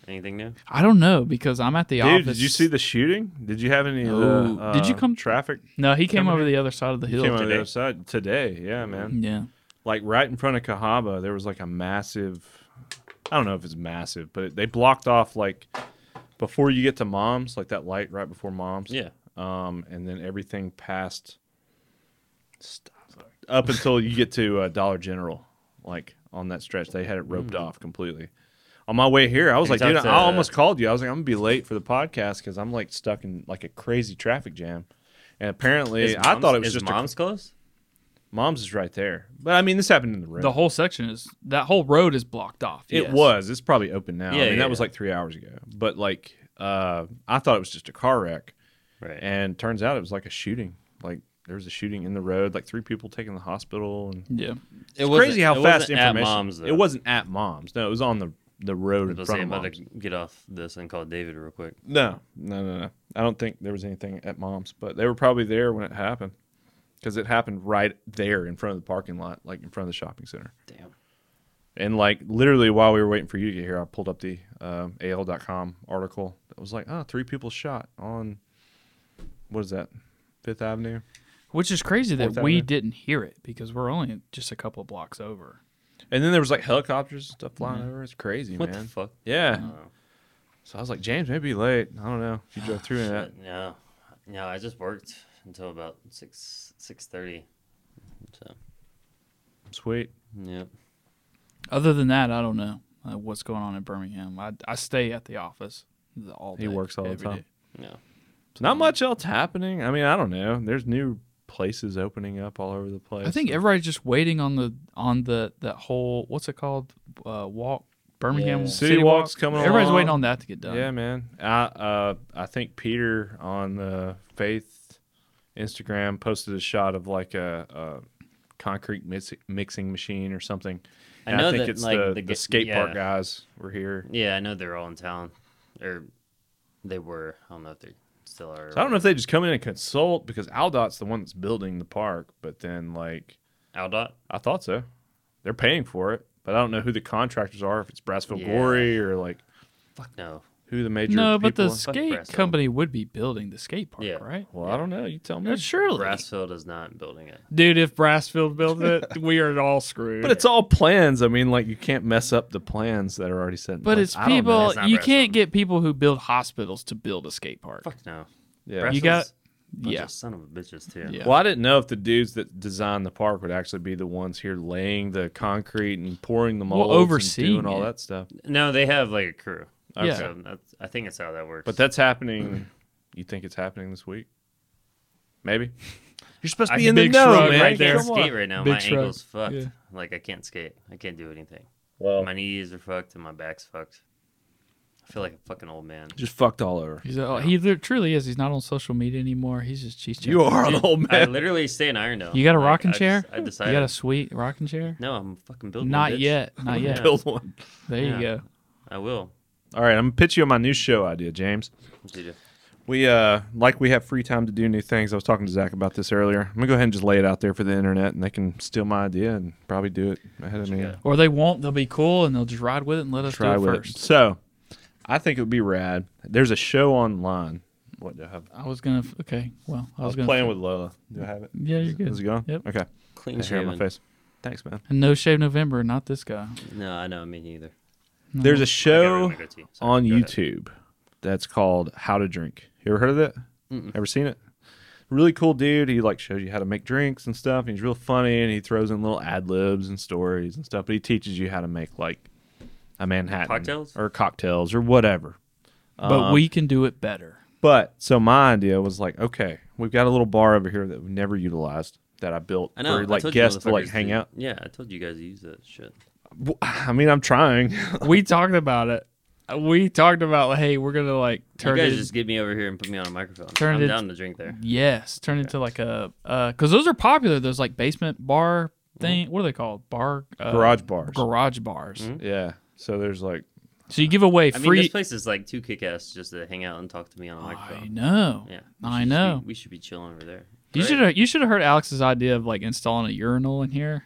S3: Anything new?
S2: I don't know because I'm at the
S4: Dude,
S2: office.
S4: did you see the shooting? Did you have any? of the,
S2: Oh, did you
S4: uh,
S2: come-
S4: traffic?
S2: No, he came
S4: Coming
S2: over the other side of the hill
S4: Came on the
S2: today.
S4: other side today. Yeah, man.
S2: Yeah.
S4: Like right in front of Cahaba, there was like a massive. I don't know if it's massive, but it, they blocked off like before you get to Mom's, like that light right before Mom's.
S3: Yeah.
S4: um, and then everything past up until you get to uh, Dollar General, like on that stretch, they had it roped off completely. On my way here, I was
S3: Have
S4: like,
S3: you
S4: dude,
S3: talked
S4: I
S3: Hmm. to-
S4: almost called you. I was like, I'm gonna be late for the podcast because I'm like stuck in like a crazy traffic jam. And apparently,
S3: Is
S4: I thought
S3: mom's-
S4: it was
S3: is
S4: just
S3: mom's
S4: A,
S3: close.
S4: mom's is right there, but I mean, this happened in the road.
S2: The whole section is that whole road is blocked off.
S4: It
S2: yes.
S4: was. It's probably open now. I
S3: Yeah,
S4: mean,
S3: yeah,
S4: that was
S3: yeah.
S4: like three hours ago. But like, uh, I thought it was just a car wreck.
S3: Right.
S4: and turns out it was like a shooting. Like there was a shooting in the road, like three people taken to the hospital, and
S2: Yeah.
S3: it
S4: it's
S3: wasn't-
S4: crazy how
S3: it
S4: fast
S3: wasn't at
S4: information.
S3: mom's, though.
S4: it wasn't at mom's. No, it was on the the road
S3: I was
S4: in
S3: gonna
S4: front
S3: say,
S4: of
S3: I'm about
S4: mom's.
S3: to get off this and call David real quick.
S4: No, no, no, no. I don't think there was anything at mom's, but they were probably there when it happened because it happened right there in front of the parking lot, like in front of the shopping center.
S3: Damn.
S4: And like literally while we were waiting for you to get here, I pulled up the um, AL.com article that was like, oh, three people shot on what is that, Fifth Avenue?
S2: Which is crazy that
S4: Fourth
S2: we
S4: Avenue.
S2: didn't hear it because we're only just a couple blocks over.
S4: And then there was like helicopters and stuff flying over. It's crazy,
S3: Mm-hmm. What
S4: man. Uh,
S3: the fuck?
S4: yeah.
S3: Oh,
S4: So I was like, James, maybe late. I don't know if you drove through that.
S3: shit, no, no, I just worked until about six six thirty. So
S4: Sweet.
S3: yeah.
S2: Other than that, I don't know uh, what's going on in Birmingham. I, I stay at the office all day.
S4: He works all the
S2: every
S4: time.
S2: day.
S3: No.
S4: So not much else happening. I mean, I don't know. There's new places opening up all over the place.
S2: I think everybody's just waiting on the on the that whole what's it called uh, walk Birmingham
S3: Yeah.
S4: City Walk's coming
S2: Everybody's
S4: along.
S2: waiting on that to get done.
S4: Yeah, man. I uh, I think Peter on the Faith Instagram posted a shot of like a, a concrete mix- mixing machine or something.
S3: I
S4: And
S3: know
S4: think
S3: that,
S4: it's
S3: like,
S4: the,
S3: the
S4: the,
S3: ga-
S4: skate park
S3: yeah.
S4: guys were here.
S3: Yeah, I know they're all in town, or they were. I don't know if they still are.
S4: So I don't know if they just come in and consult because Aldot's the one that's building the park, but then like
S3: Aldot.
S4: I thought so. They're paying for it, but I don't know who the contractors are, if it's Brassville
S3: Yeah.
S4: Glory or like
S3: Fuck no.
S4: who who the major
S2: No, but
S4: people
S2: the
S4: are?
S2: skate
S3: Brasso.
S2: company would be building the skate park,
S3: Yeah.
S2: right?
S4: Well, I don't know. You tell me.
S2: Yeah, surely.
S3: Brassfield is not building it.
S2: Dude, if Brassfield builds
S3: *laughs*
S2: it, we are all screwed.
S4: But it's all plans. I mean, like you can't mess up the plans that are already set. in
S2: But
S4: place.
S2: it's
S4: I don't know.
S2: people.
S3: It's not
S2: you
S3: Brassfield.
S2: can't get people who build hospitals to build a skate park.
S3: Fuck no.
S4: Yeah.
S3: Brassfield's
S2: You got-
S3: a bunch
S2: yeah.
S3: of son of a bitches too.
S2: Yeah.
S4: Well, I didn't know if the dudes that designed the park would actually be the ones here laying the concrete and pouring the
S2: Well,
S4: molds
S2: overseeing
S4: and doing all
S2: it.
S4: that stuff.
S3: No, they have like a crew.
S4: Okay.
S2: Yeah.
S3: So that's, I think it's how that works.
S4: But that's happening. *clears throat* You think it's happening this week? Maybe. You're supposed
S2: to be in the know,
S3: I
S2: shrug man.
S3: can't
S2: right there.
S3: skate right now.
S2: Big
S3: my
S2: shrug.
S3: ankle's fucked.
S2: Yeah.
S3: Like I can't skate. I can't do anything.
S4: Well,
S3: Oh, My knees are fucked and my back's fucked. I feel like a fucking
S2: *laughs*
S3: old man.
S4: just fucked all over.
S2: He's a, he li- truly is. He's not on social media anymore. He's just cheese.
S4: You are *laughs* an old
S3: I
S4: man.
S3: literally stay in Iron Dome.
S2: You got a
S3: Like,
S2: rocking
S3: I just-
S2: chair?
S3: I decided.
S2: You got a sweet rocking chair?
S3: *laughs* No, I'm fucking building. one,
S2: Not
S3: bitch.
S2: yet. Not yet.
S3: Yeah.
S4: Build one.
S2: There
S3: Yeah.
S2: you go.
S3: I will.
S4: All right, I'm gonna pitch you on my new show idea, James.
S3: Dude,
S4: We uh like we have free time to do new things. I was talking to Zach about this earlier. I'm gonna go ahead and just lay it out there for the internet, and they can steal my idea and probably do it ahead of me.
S3: Yeah.
S2: Or they won't. They'll be cool and they'll just ride with it and let us do
S4: Try
S2: it
S4: with
S2: first.
S4: it. So, I think it would be rad. There's a show online. What do I have?
S2: I was gonna. f- Okay. Well, I
S4: I
S2: was,
S4: was
S2: gonna.
S4: playing with Lola. Do I have it?
S2: Yeah, you're good.
S4: Is it gone?
S2: Yep.
S4: Okay.
S3: Clean
S4: I hear it on my
S3: shaven.
S4: face. Thanks, man.
S2: And no shave November. Not this guy.
S3: No, I know. Me neither.
S4: There's
S3: I got rid
S4: a
S3: of
S4: show
S3: my goatee. Sorry,
S4: on
S3: go ahead.
S4: YouTube that's called How to Drink. You ever heard of that? Ever seen it? Really cool dude. He like shows you how to make drinks and stuff. And he's real funny and he throws in little ad libs and stories and stuff. But he teaches you how to make like a Manhattan
S3: Cocktails?
S4: or cocktails or whatever.
S2: But we can do it better.
S4: But so my idea was like, okay, we've got a little bar over here that we never utilized that I built
S3: I know. I
S4: for like
S3: told you
S4: guests to like
S3: motherfuckers
S4: hang
S3: to-
S4: out.
S3: Yeah, I told you guys to use that shit.
S4: Well, *sighs* I mean, I'm trying.
S3: Mm-hmm.
S2: we talked about it. We talked about hey, we're gonna like turn
S3: you
S2: it.
S3: guys just get me over here and put me on a microphone.
S2: Turn
S3: I'm
S2: it-
S3: down to drink there.
S2: yes, turn into like a because those are popular. Those like basement bar thing. What are they called? Bar uh,
S4: Garage bars. Mm-hmm.
S2: garage bars.
S4: yeah. So there's like *laughs*
S2: So you give away
S3: I
S2: free.
S3: mean, this place is like too kick-ass just to hang out and talk to me on a
S2: I
S3: microphone.
S2: know.
S3: Yeah, we
S2: I
S3: should just be-
S2: know.
S3: we should be chilling over there.
S2: You should have you should have heard Alex's idea of like installing a urinal in here.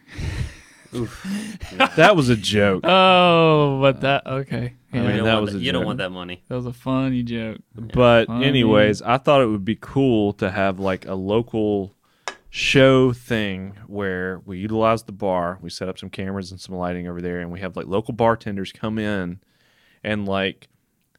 S2: *laughs*
S4: that was a joke.
S2: Oh, but that okay. Yeah,
S4: I mean,
S3: you don't,
S4: that
S3: want,
S4: was
S3: that,
S4: a
S3: you don't
S4: joke.
S3: want that money.
S2: that was a funny joke.
S4: But
S2: I mean-
S4: anyways, I thought it would be cool to have like a local show thing where we utilize the bar, we set up some cameras and some lighting over there, and we have like local bartenders come in and like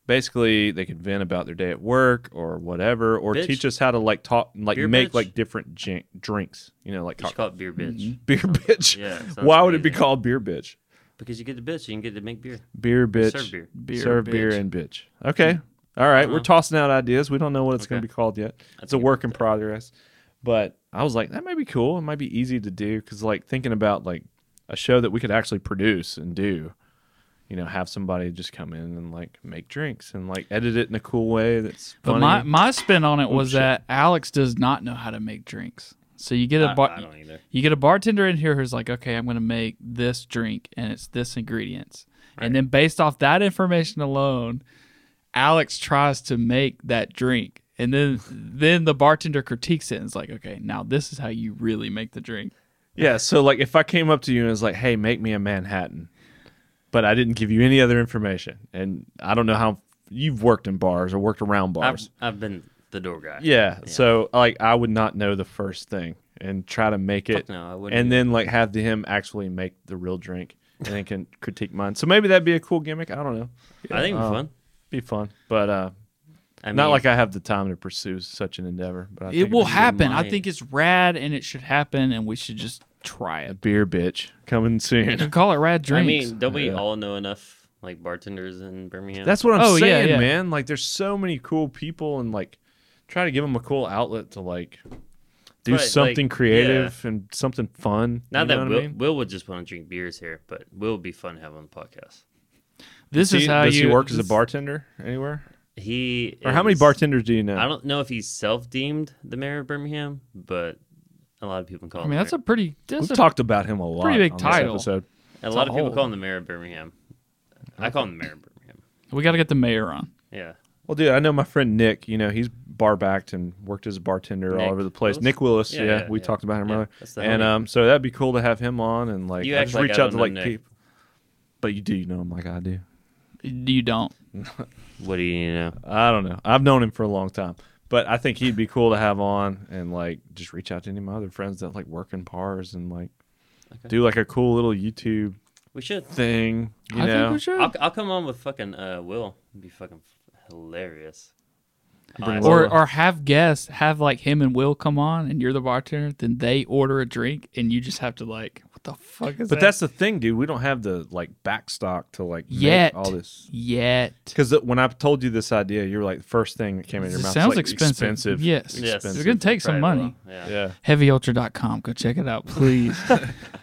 S4: basically they could vent about their day at work or whatever, or
S3: Bitch.
S4: teach us how to like talk, like
S3: Beer
S4: make
S3: bitch.
S4: like different gin- drinks, you know, like
S3: You should
S4: cock-
S3: call it beer bitch.
S4: beer *laughs* bitch.
S3: Yeah, sounds
S4: Why would it be
S3: amazing.
S4: called beer bitch?
S3: Because you get the bitch, you can get to make beer.
S4: Beer bitch.
S3: Serve beer.
S2: Beer
S4: serve beer
S2: bitch.
S4: and bitch. Okay. All right. We're
S3: Uh-huh.
S4: tossing out ideas. We don't know what it's going
S3: Okay.
S4: to be called yet. It's a
S3: think
S4: work in progress. But I was like, that might be cool. It might be easy to do because, like, thinking about like a show that we could actually produce and do, you know, have somebody just come in and like make drinks and like edit it in a cool way. That's
S2: But
S4: funny.
S2: my my spin on it was
S4: shit.
S2: that Alex does not know how to make drinks. So you get a
S3: I,
S2: bar
S3: I don't either.
S2: you get a bartender in here who's like, okay, I'm gonna make this drink and it's this ingredients, and then based off that information alone, Alex tries to make that drink, and then then the bartender critiques it and is like, okay, now this is how you really make the drink.
S4: yeah. So like, if I came up to you and was like, "Hey, make me a Manhattan," but I didn't give you any other information, and I don't know how you've worked in bars or worked around
S3: I've,
S4: bars.
S3: I've been the door guy.
S4: Yeah. So like I would not know the first thing and try to make it
S3: no, I wouldn't do
S4: and then like have the, him actually make the real drink and then can *laughs* critique mine. So maybe that'd be a cool gimmick. I don't know.
S3: I think it'd be fun.
S4: Be fun. But uh
S3: I mean,
S4: not like I have the time to pursue such an endeavor. But I think
S2: It will
S4: it'd
S2: happen. I
S3: mind.
S2: think it's rad, and it should happen, and we should just try
S4: be a
S2: it.
S4: beer bitch coming
S2: You
S4: soon.
S2: can call it rad
S3: I
S2: drinks.
S3: mean, don't we
S4: Yeah.
S3: all know enough like bartenders in Birmingham?
S4: *laughs* That's what I'm
S2: Oh, yeah,
S4: saying,
S2: yeah.
S4: man. Like there's so many cool people and like try to give them a cool outlet to like do
S3: But, like,
S4: something creative and something fun.
S3: not
S4: you know
S3: that
S4: what
S3: Will,
S4: I mean?
S3: Will would just want to drink beers here, but Will would be fun to have on the podcast.
S2: this
S4: Does
S2: is
S4: he-
S2: how
S4: does
S2: you
S4: he work as a
S2: this-
S4: bartender anywhere?
S3: He
S4: Or how many
S3: is-
S4: bartenders do you know?
S3: I don't know if he's self-deemed the mayor of Birmingham, but a lot of people call.
S2: I
S3: him
S2: mean,
S3: the
S2: that's a pretty. That's
S4: We've
S2: a,
S4: talked about him a lot.
S2: pretty big
S4: on this
S2: title.
S4: episode.
S3: mayor. a lot of people
S2: whole-
S3: call him the mayor of Birmingham. I call him the mayor of Birmingham.
S2: we got to get the mayor on.
S3: Yeah,
S4: Well, dude, I know my friend Nick. You know, he's bar backed and worked as a bartender
S3: Nick
S4: all over the place.
S3: Willis?
S4: Nick Willis, yeah,
S3: Yeah, yeah,
S4: we
S3: yeah.
S4: talked about him
S3: Yeah,
S4: earlier.
S3: that's the
S4: And
S3: homie.
S4: um, so that'd be cool to have him on and like
S3: You
S4: I
S3: act
S4: just
S3: like
S4: reach
S3: I
S4: out
S3: don't
S4: to
S3: know
S4: like
S3: Nick.
S4: people. But you do know him like I do.
S2: You don't.
S3: What do you know?
S4: I don't know. I've known him for a long time, but I think he'd be cool to have on and like just reach out to any of my other friends that like work in bars and like
S3: Okay.
S4: do like a cool little YouTube
S3: We should.
S4: thing. You
S2: I
S4: know,
S2: think we should.
S3: I'll, I'll come on with fucking uh, Will. It'd be fucking hilarious.
S4: You bring
S3: Alright,
S4: Will
S2: or
S4: up.
S2: or have guests have like him and Will come on, and you're the bartender. Then they order a drink, and you just have to like, what the fuck is that?
S4: but that's the thing, dude. We don't have the like backstock to like make
S2: Yet.
S4: all this.
S2: yet.
S4: Because when I told you this idea, you were like the first thing that came in your
S2: It
S4: mouth.
S2: sounds
S4: like,
S2: expensive. Yes.
S3: Yes.
S4: expensive.
S2: It's gonna take some
S3: Probably
S2: money.
S3: will. Yeah.
S4: Yeah,
S2: HeavyUltra.com. Go check it out,
S4: *laughs*
S2: please.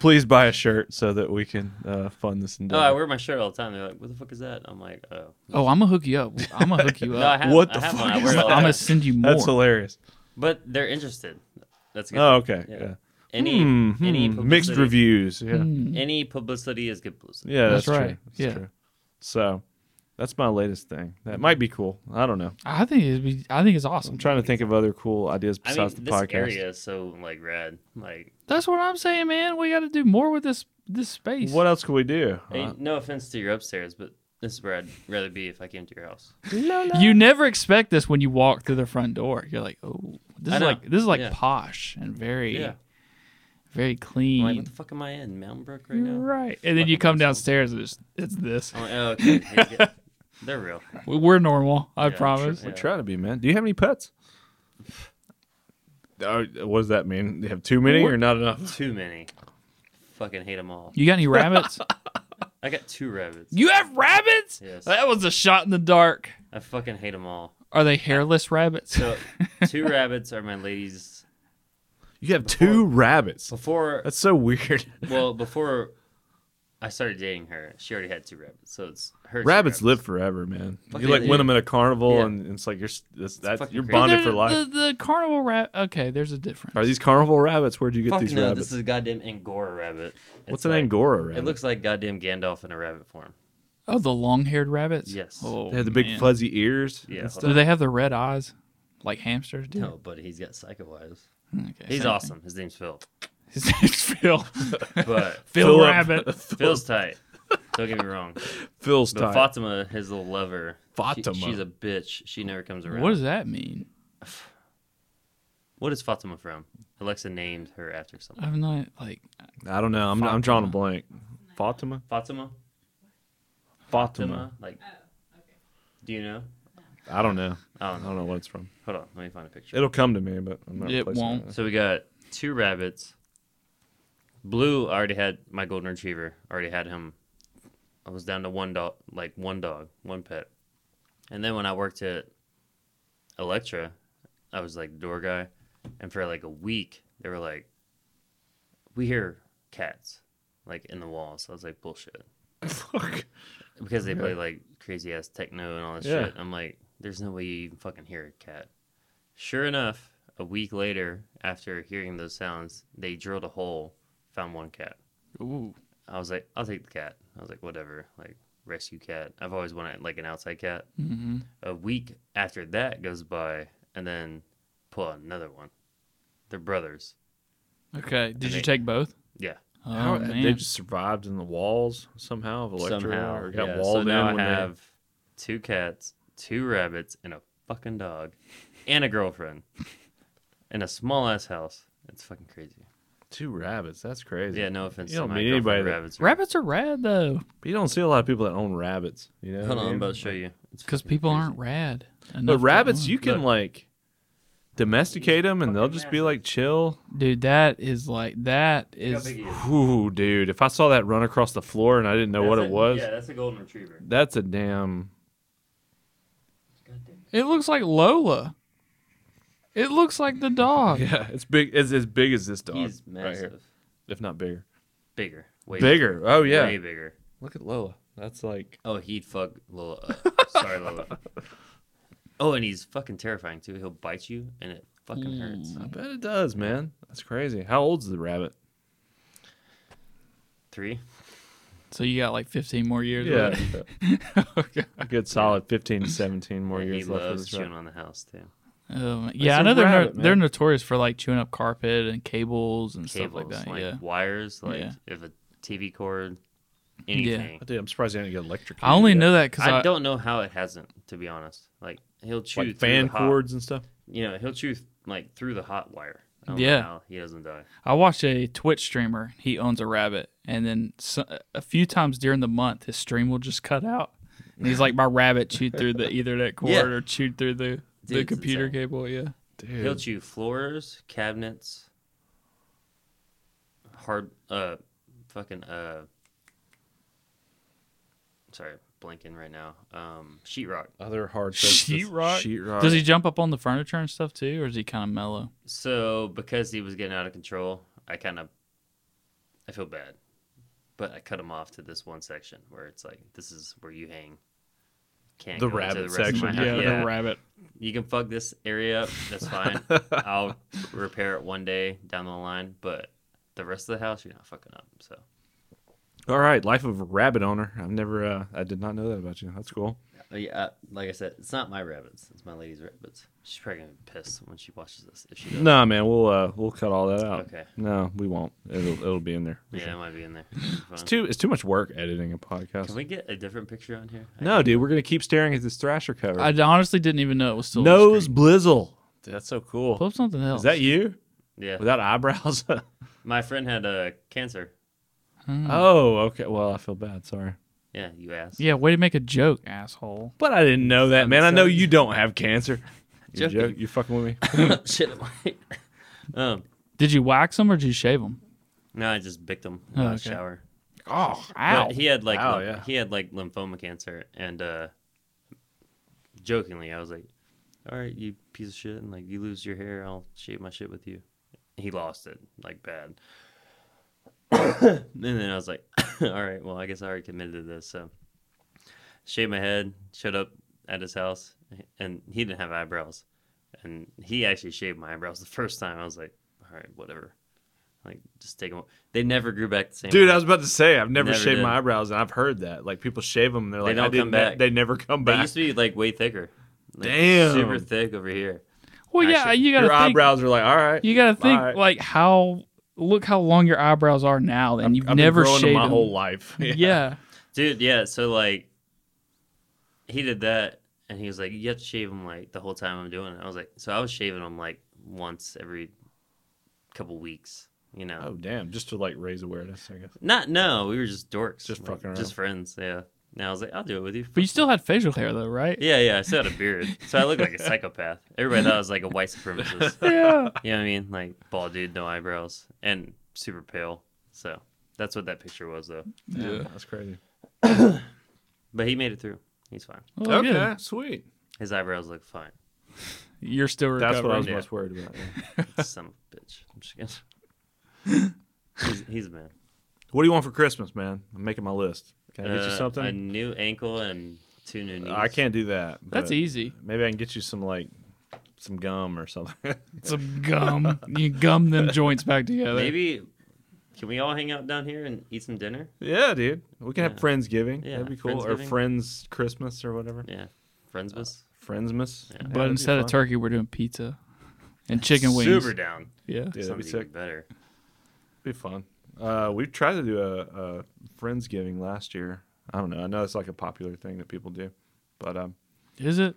S4: please buy a shirt so that we can uh, fund this
S3: Oh, I
S4: endeavor.
S3: wear my shirt all the time. They're like, "What the fuck is that?" I'm like, "Oh,
S2: oh, I'm gonna hook you up. I'm gonna hook you
S3: *laughs* no, I
S2: up.
S3: have,
S4: what
S3: I
S4: the
S3: have
S4: fuck
S3: one. I
S4: is
S3: wear it all the
S2: I'm
S3: time.
S2: gonna send you more.
S4: That's hilarious.
S3: But they're interested. That's good.
S4: Oh, okay.
S3: Yeah.
S4: Yeah.
S3: Any
S4: Hmm,
S3: any
S4: hmm. mixed
S3: publicity-
S4: reviews. Yeah.
S2: Mm.
S3: Any publicity is good publicity.
S4: Yeah,
S2: That's
S4: that's,
S2: right.
S4: True. That's
S2: Yeah.
S4: true. So that's my latest thing. That might be cool. I don't know.
S2: I think it'd be, I think it's awesome.
S4: I'm trying to think of other cool ideas
S3: I mean,
S4: besides the
S3: this
S4: podcast.
S3: area is so like rad. Like,
S2: That's what I'm saying, man. We got to do more with this this space.
S4: What else could we do? Uh,
S3: hey, no offense to your upstairs, but this is where I'd rather be if I came to your house.
S2: you never expect this when you walk through the front door. You're like, oh, this
S3: I
S2: is
S3: know.
S2: like this is like
S3: Yeah.
S2: posh and very
S3: Yeah.
S2: very
S3: I'm
S2: clean.
S3: like, what the fuck am I in Mountain Brook right
S2: You're
S3: now?
S2: right. And then you
S3: Fucking
S2: come
S3: awesome.
S2: downstairs and it's, it's this.
S3: I'm like, oh, okay. he's
S4: *laughs*
S3: good." They're real.
S2: We- We're normal. I
S3: Yeah, I'm
S2: promise.
S3: sure-
S4: We
S3: Yeah.
S4: try to be, man. Do you have any pets? Uh, what does that mean? You have too many or not enough?
S3: Too many. Fucking hate them all.
S2: You got any
S3: *laughs*
S2: rabbits?
S3: I got two rabbits.
S2: you have rabbits?
S3: Yes.
S2: That was a shot in the dark.
S3: I fucking hate them
S4: *laughs*
S3: all.
S2: Are they hairless rabbits? *laughs*
S3: So, two rabbits are my ladies.
S4: You have two rabbits.
S3: Before
S4: That's so *laughs* weird.
S3: Well, before I started dating her, she already had two rabbits, so it's her. two
S4: Rabbits live forever, man.
S3: Fuck
S4: you
S3: yeah,
S4: like
S3: dude.
S4: win them at a carnival,
S3: Yeah.
S4: and it's like you're s- that's, that's
S3: fucking
S4: you're
S3: crazy.
S2: But
S4: bonded
S2: they're-
S4: for life.
S2: The, the carnival rat. Okay, there's a difference.
S4: Are these carnival rabbits? Where'd you get
S3: Fuck
S4: these
S3: no,
S4: rabbits?
S3: this is a goddamn angora rabbit.
S4: What's
S3: It's
S4: an
S3: like-
S4: angora rabbit?
S3: It looks like goddamn Gandalf in a rabbit form.
S2: oh, the long-haired rabbits.
S3: Yes.
S2: Oh,
S4: They have the big
S2: man.
S4: fuzzy ears.
S3: Yeah,
S4: and
S3: hold
S2: Do
S4: stuff.
S2: they have the red eyes, like hamsters do?
S3: No, but he's got psycho eyes.
S2: Okay,
S3: He's
S2: same thing. *laughs*
S3: awesome. His name's
S4: *laughs*
S3: Phil,
S2: His name's
S3: *laughs*
S2: Phil.
S3: but
S2: Phil
S4: Philip.
S3: *laughs*
S2: Rabbit.
S3: Phil's tight. Don't get me wrong.
S4: *laughs* Phil's
S3: But
S4: type.
S3: Fatima, his little lover, she-
S4: Fatima.
S3: she's a bitch. She never comes around.
S2: What does that mean?
S3: What is Fatima from? Alexa named her after something.
S2: I'm not like
S4: I don't know. I'm, I'm drawing a
S2: Fatima.
S4: blank. Fatima?
S3: Fatima.
S4: Fatima.
S3: Like, do you know?
S4: I don't know.
S3: I
S4: I
S3: don't know.
S4: don't know what it's from.
S3: Hold on, let me find a picture.
S4: It'll come to me, but I'm not.
S2: It
S4: placing
S2: won't.
S4: It.
S3: So we got two rabbits. Blue I already had my golden retriever. Already had him. I was down to one dog, like one dog, one pet. And then when I worked at Electra, I was like door guy, and for like a week they were like, "We hear cats, like in the walls." I was like, "Bullshit,"
S4: *laughs* Fuck.
S3: because they play like crazy ass techno and all this
S4: Yeah.
S3: shit. I'm like, "There's no way you even fucking hear a cat." Sure enough, a week later, after hearing those sounds, they drilled a hole, found one cat.
S2: ooh.
S3: I was like, I'll take the cat. I was like, whatever, like rescue cat. I've always wanted like an outside cat.
S2: hmm
S3: A week after that goes by, and then pull out another one. They're brothers.
S2: Okay. Did you
S3: Okay.
S2: take both?
S3: Yeah.
S2: Oh
S4: How-
S2: man.
S4: They just survived in the walls somehow of Electra,
S3: Somehow,
S4: or got
S3: yeah.
S4: walled
S3: so now I
S4: in. when they-
S3: have two cats, two rabbits, and a fucking dog, and a
S4: *laughs*
S3: girlfriend, in a small ass house. It's fucking crazy.
S4: two rabbits. That's crazy.
S3: Yeah, no offense.
S4: You don't
S3: to my
S4: meet anybody
S3: girlfriend,
S4: that-
S3: rabbits.
S2: Rabbits
S3: are-
S2: are rad though,
S4: But you don't see a lot of people that own rabbits. You know,
S3: Hold
S4: what I
S3: on, I'm
S4: mean?
S3: about to show you. It's
S2: because
S3: fucking
S2: people
S3: crazy.
S2: aren't rad.
S4: But
S2: enough to
S4: rabbits,
S2: own.
S4: you can
S3: Look.
S4: like domesticate them, and they'll just be like chill.
S2: dude, that is like that is.
S3: How big he is.
S4: Ooh, dude! If I saw that run across the floor and I didn't know what
S3: That's
S4: it
S3: a-
S4: was,
S3: Yeah, that's a golden retriever.
S4: that's a damn.
S2: It looks like Lola. It looks like the dog.
S4: *laughs* Yeah, it's big. It's as big as this dog,
S3: He's
S4: right
S3: massive.
S4: here, if not bigger.
S3: Bigger. Way
S4: bigger. Oh yeah.
S3: Way bigger.
S4: Look at Lola. That's like
S3: Oh, he'd fuck Lola. up. Sorry,
S4: *laughs*
S3: Lola. Oh, and he's fucking terrifying too. He'll bite you, and it fucking hurts.
S2: Hmm.
S4: I bet it does, man. That's crazy. How old's the rabbit?
S3: Three.
S2: So you got like 15 more years.
S4: Yeah.
S2: with it. *laughs* okay.
S4: a good solid 15 to 17 more
S3: And he
S4: years left for
S3: loves
S4: this
S3: chewing
S4: rabbit.
S3: on the house too.
S2: Um, yeah, I
S4: a
S2: know they're no-
S4: rabbit, man.
S2: they're notorious for like chewing up carpet and cables and
S3: Cables,
S2: stuff like that.
S3: like
S2: yeah.
S3: wires, like
S2: Yeah.
S3: if a TV cord. anything.
S1: Dude, I'm surprised they didn't get uh, electrocuted.
S2: I only
S1: yet.
S2: know that because
S3: I,
S2: I,
S3: don't know how it hasn't, to be honest. Like he'll chew
S1: like
S3: through
S1: fan
S3: the hot-
S1: cords and stuff.
S3: You know, he'll chew like through the hot wire. I don't
S2: Yeah.
S3: know how he doesn't die.
S2: I watch a Twitch streamer. He owns a rabbit, and then so, a few times during the month, his stream will just cut out. And he's like, "My rabbit chewed through
S3: *laughs*
S2: the Ethernet cord
S3: Yeah.
S2: or chewed through the the
S3: Dude's
S2: computer
S3: insane.
S2: cable." Yeah,
S3: He'll
S1: Dude,
S3: chew floors, cabinets, hard, uh, fucking, uh, sorry, blanking right now. Um, sheetrock.
S1: other
S3: *laughs*
S1: hard
S2: Sheetrock?
S1: Sheetrock.
S2: does he jump up on the furniture and stuff too, or is he kind of mellow?
S3: So because he was getting out of control, I kind of, I feel bad, but I cut him off to this one section where it's like, this is where you hang. Can't
S1: The
S3: go into
S1: rabbit
S3: rest of my
S1: section.
S3: house.
S2: Yeah,
S3: yeah.
S2: the rabbit.
S3: you can fuck this area up.
S2: *laughs*
S3: That's
S4: *laughs*
S3: fine. I'll repair it one day down the line, but the rest of the house, you're not fucking up. So
S4: All right, life of a rabbit owner. I've never, uh, I did not know that about you. That's cool.
S3: Uh, yeah, uh, like I said, it's not my rabbits. It's my lady's rabbits. She's probably gonna be pissed when she watches this. If she does.
S4: No, man, we'll uh, we'll cut all that out.
S3: Okay.
S4: No, we won't. It'll it'll be in there. for
S3: yeah,
S4: sure.
S3: it might be in there. Fine.
S4: It's too it's too much work editing a podcast.
S3: Can we get a different picture on here? I
S4: no, dude, we're gonna keep staring at this Thrasher cover.
S2: I honestly didn't even know it was still on the
S4: Nose
S2: screen.
S4: Blizzle.
S1: Dude, that's so cool.
S2: Pull up something else.
S4: Is that you?
S3: Yeah,
S4: Without eyebrows? *laughs*
S3: my friend had uh, cancer.
S2: Hmm.
S4: oh, okay. Well, I feel bad. Sorry.
S3: Yeah, you asked.
S2: yeah. Way to make a joke, asshole.
S4: But I didn't know that, man. I know you don't have *laughs* cancer. You're,
S3: Joking.
S4: joke, you're fucking with me.
S3: *laughs* Shit. *laughs* I'm like- um.
S2: Did you wax him or did you shave him?
S3: No, I just bicked him in
S2: Oh,
S3: the
S2: okay.
S3: shower.
S4: *laughs* Oh,
S3: But he had like
S4: Ow,
S3: lym-
S4: yeah.
S3: he had like lymphoma cancer, and uh, jokingly, I was like, "All right, you piece of shit, and like you lose your hair, I'll shave my shit with you." He lost it like bad, *coughs* and then I was like, *coughs* "All right, well, I guess I already committed to this." So, shaved my head, showed up at his house, and he didn't have eyebrows, and he actually shaved my eyebrows the first time. I was like, "All right, whatever." Like just take them. They never grew back the same.
S4: Dude,
S3: way.
S4: I was about to say I've never,
S3: Never
S4: shaved
S3: did.
S4: my eyebrows, and I've heard that like people shave them, and they're like,
S3: don't
S4: I didn't.
S3: come back.
S4: They never come
S3: They
S4: back.
S3: used to be like way thicker. Like,
S4: Damn.
S3: Super thick over here.
S2: Well, yeah.
S3: Actually,
S2: you
S4: Your
S2: gotta think.
S4: eyebrows are like, all right.
S2: You gotta think
S4: Alright.
S2: like how look how long your eyebrows are now, and you've
S4: I've
S2: never
S4: been growing
S2: shaved
S4: them my
S2: them. *laughs*
S4: whole life. *laughs*
S2: Yeah.
S3: Dude, yeah, so like he did that and he was like, You have to shave him like the whole time I'm doing it. I was like so I was shaving him like once every couple weeks, you know.
S4: Oh damn! Just to like raise awareness, I guess.
S3: Not no, we were just dorks.
S4: Just
S3: like,
S4: fucking around.
S3: Just friends, yeah. And I was like, I'll do it with you.
S2: but you still had facial hair though, right?
S3: Yeah, yeah, I still had a beard. So I looked like a psychopath. Everybody thought I was like a white supremacist.
S2: *laughs*
S4: *laughs*
S2: Yeah.
S3: You know what I mean? Like bald dude, no eyebrows, and super pale. So that's what that picture was though.
S2: Yeah.
S4: that's crazy.
S3: But he made it through. He's fine.
S2: Well,
S4: okay,
S2: good.
S4: sweet.
S3: His eyebrows look fine.
S2: You're still recovering.
S4: That's what I was
S3: Yeah.
S4: most worried about. yeah.
S3: Son of a *laughs* bitch. I'm just kidding. He's, he's a man.
S4: What do you want for Christmas, man? I'm making my list. Can I get you
S3: Uh,
S4: something?
S3: A new ankle and two new knees.
S4: I can't do that.
S2: That's
S4: but
S2: easy.
S4: Maybe I can get you some like some gum or something. *laughs*
S2: Some gum. you gum them joints back together.
S3: Maybe can we all hang out down here and eat some dinner?
S4: yeah, dude. We can
S3: Yeah.
S4: have Friendsgiving.
S3: Yeah,
S4: That'd be cool. Or
S3: Friendsgiving.
S4: Friends Christmas or whatever.
S3: Yeah. Friends with us.
S4: Friendsmas. Yeah, that'd
S2: But
S4: be
S2: instead of
S4: fun.
S2: turkey, we're doing pizza and chicken wings.
S3: Super down.
S2: Yeah.
S4: Yeah, that'd be
S3: Something
S4: sick.
S3: even better.
S4: Be fun. Uh, we tried to do a, a Friendsgiving last year. I don't know. I know it's like a popular thing that people do, but um,
S2: Is it?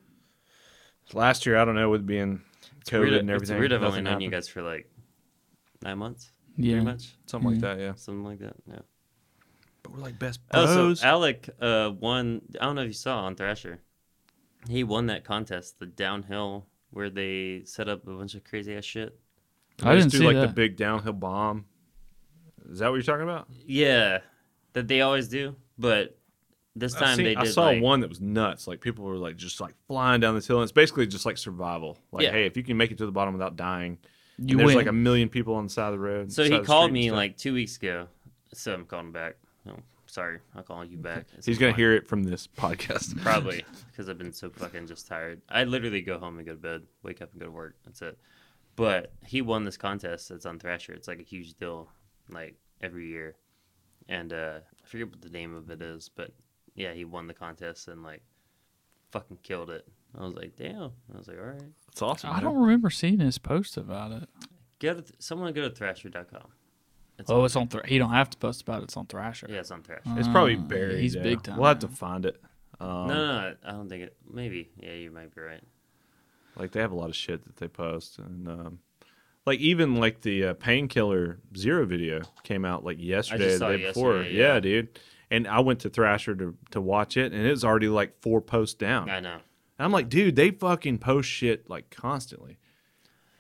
S4: last year I don't know with being COVID
S3: Weird-
S4: and
S3: it's
S4: everything.
S3: weird I've only
S4: nothing
S3: known you
S4: happened.
S3: guys for like nine months.
S2: Yeah.
S3: Pretty much.
S4: something like
S2: Mm-hmm.
S4: that. Yeah,
S3: Something like that. Yeah.
S4: but we're like best
S3: Oh,
S4: bros.
S3: so Alec uh, won. I don't know if you saw on Thrasher, he won that contest, the downhill where they set up a bunch of crazy ass shit.
S2: I
S4: They
S2: didn't
S4: just do
S2: see
S4: like the
S2: that.
S4: big downhill bomb. Is that what you're talking about?
S3: Yeah, that they always do, but this time
S4: I, seen-
S3: they did.
S4: I saw
S3: like-
S4: one that was nuts. Like people were like just like flying down this hill, and it's basically just like survival. Like,
S3: Yeah.
S4: hey, if you can make it to the bottom without dying, and
S2: you
S4: there's
S2: win.
S4: like a million people on the side of the road.
S3: So
S4: side
S3: he
S4: of the
S3: called
S4: street and
S3: me
S4: stuff.
S3: like two weeks ago, so I'm calling back. No, sorry, I'll call you
S4: *laughs*
S3: back. at
S4: he's
S3: some
S4: gonna
S3: point.
S4: hear it from
S3: *laughs*
S4: this podcast. *laughs*
S3: probably because I've been so fucking just tired. I literally go home and go to bed, wake up and go to work. That's it. But he won this contest that's on Thrasher. It's like a huge deal, like every year. And uh, I forget what the name of it is, but yeah, he won the contest and like fucking killed it. I was like, damn. I was like, all right,
S4: It's awesome.
S2: I
S4: man.
S2: don't remember seeing his post about it.
S3: go to th- someone go to thrasher.com. It's
S2: Oh, it's on. Thr- he don't have to post about it. It's on Thrasher.
S3: yeah, it's on Thrasher.
S4: It's probably
S2: Ah,
S4: buried.
S2: he's
S4: there.
S2: big time,
S4: We'll have to
S2: man.
S4: find it. Um,
S3: no, no, no, I don't think it. Maybe. Yeah, you might be right.
S4: Like they have a lot of shit that they post, and um, like even like the uh, painkiller zero video came out like yesterday, or
S3: saw
S4: the
S3: it
S4: day before.
S3: yesterday,
S4: yeah.
S3: yeah.
S4: dude. And I went to Thrasher to to watch it, and it was already like four posts down.
S3: I know.
S4: And I'm like, dude, they fucking post shit like constantly.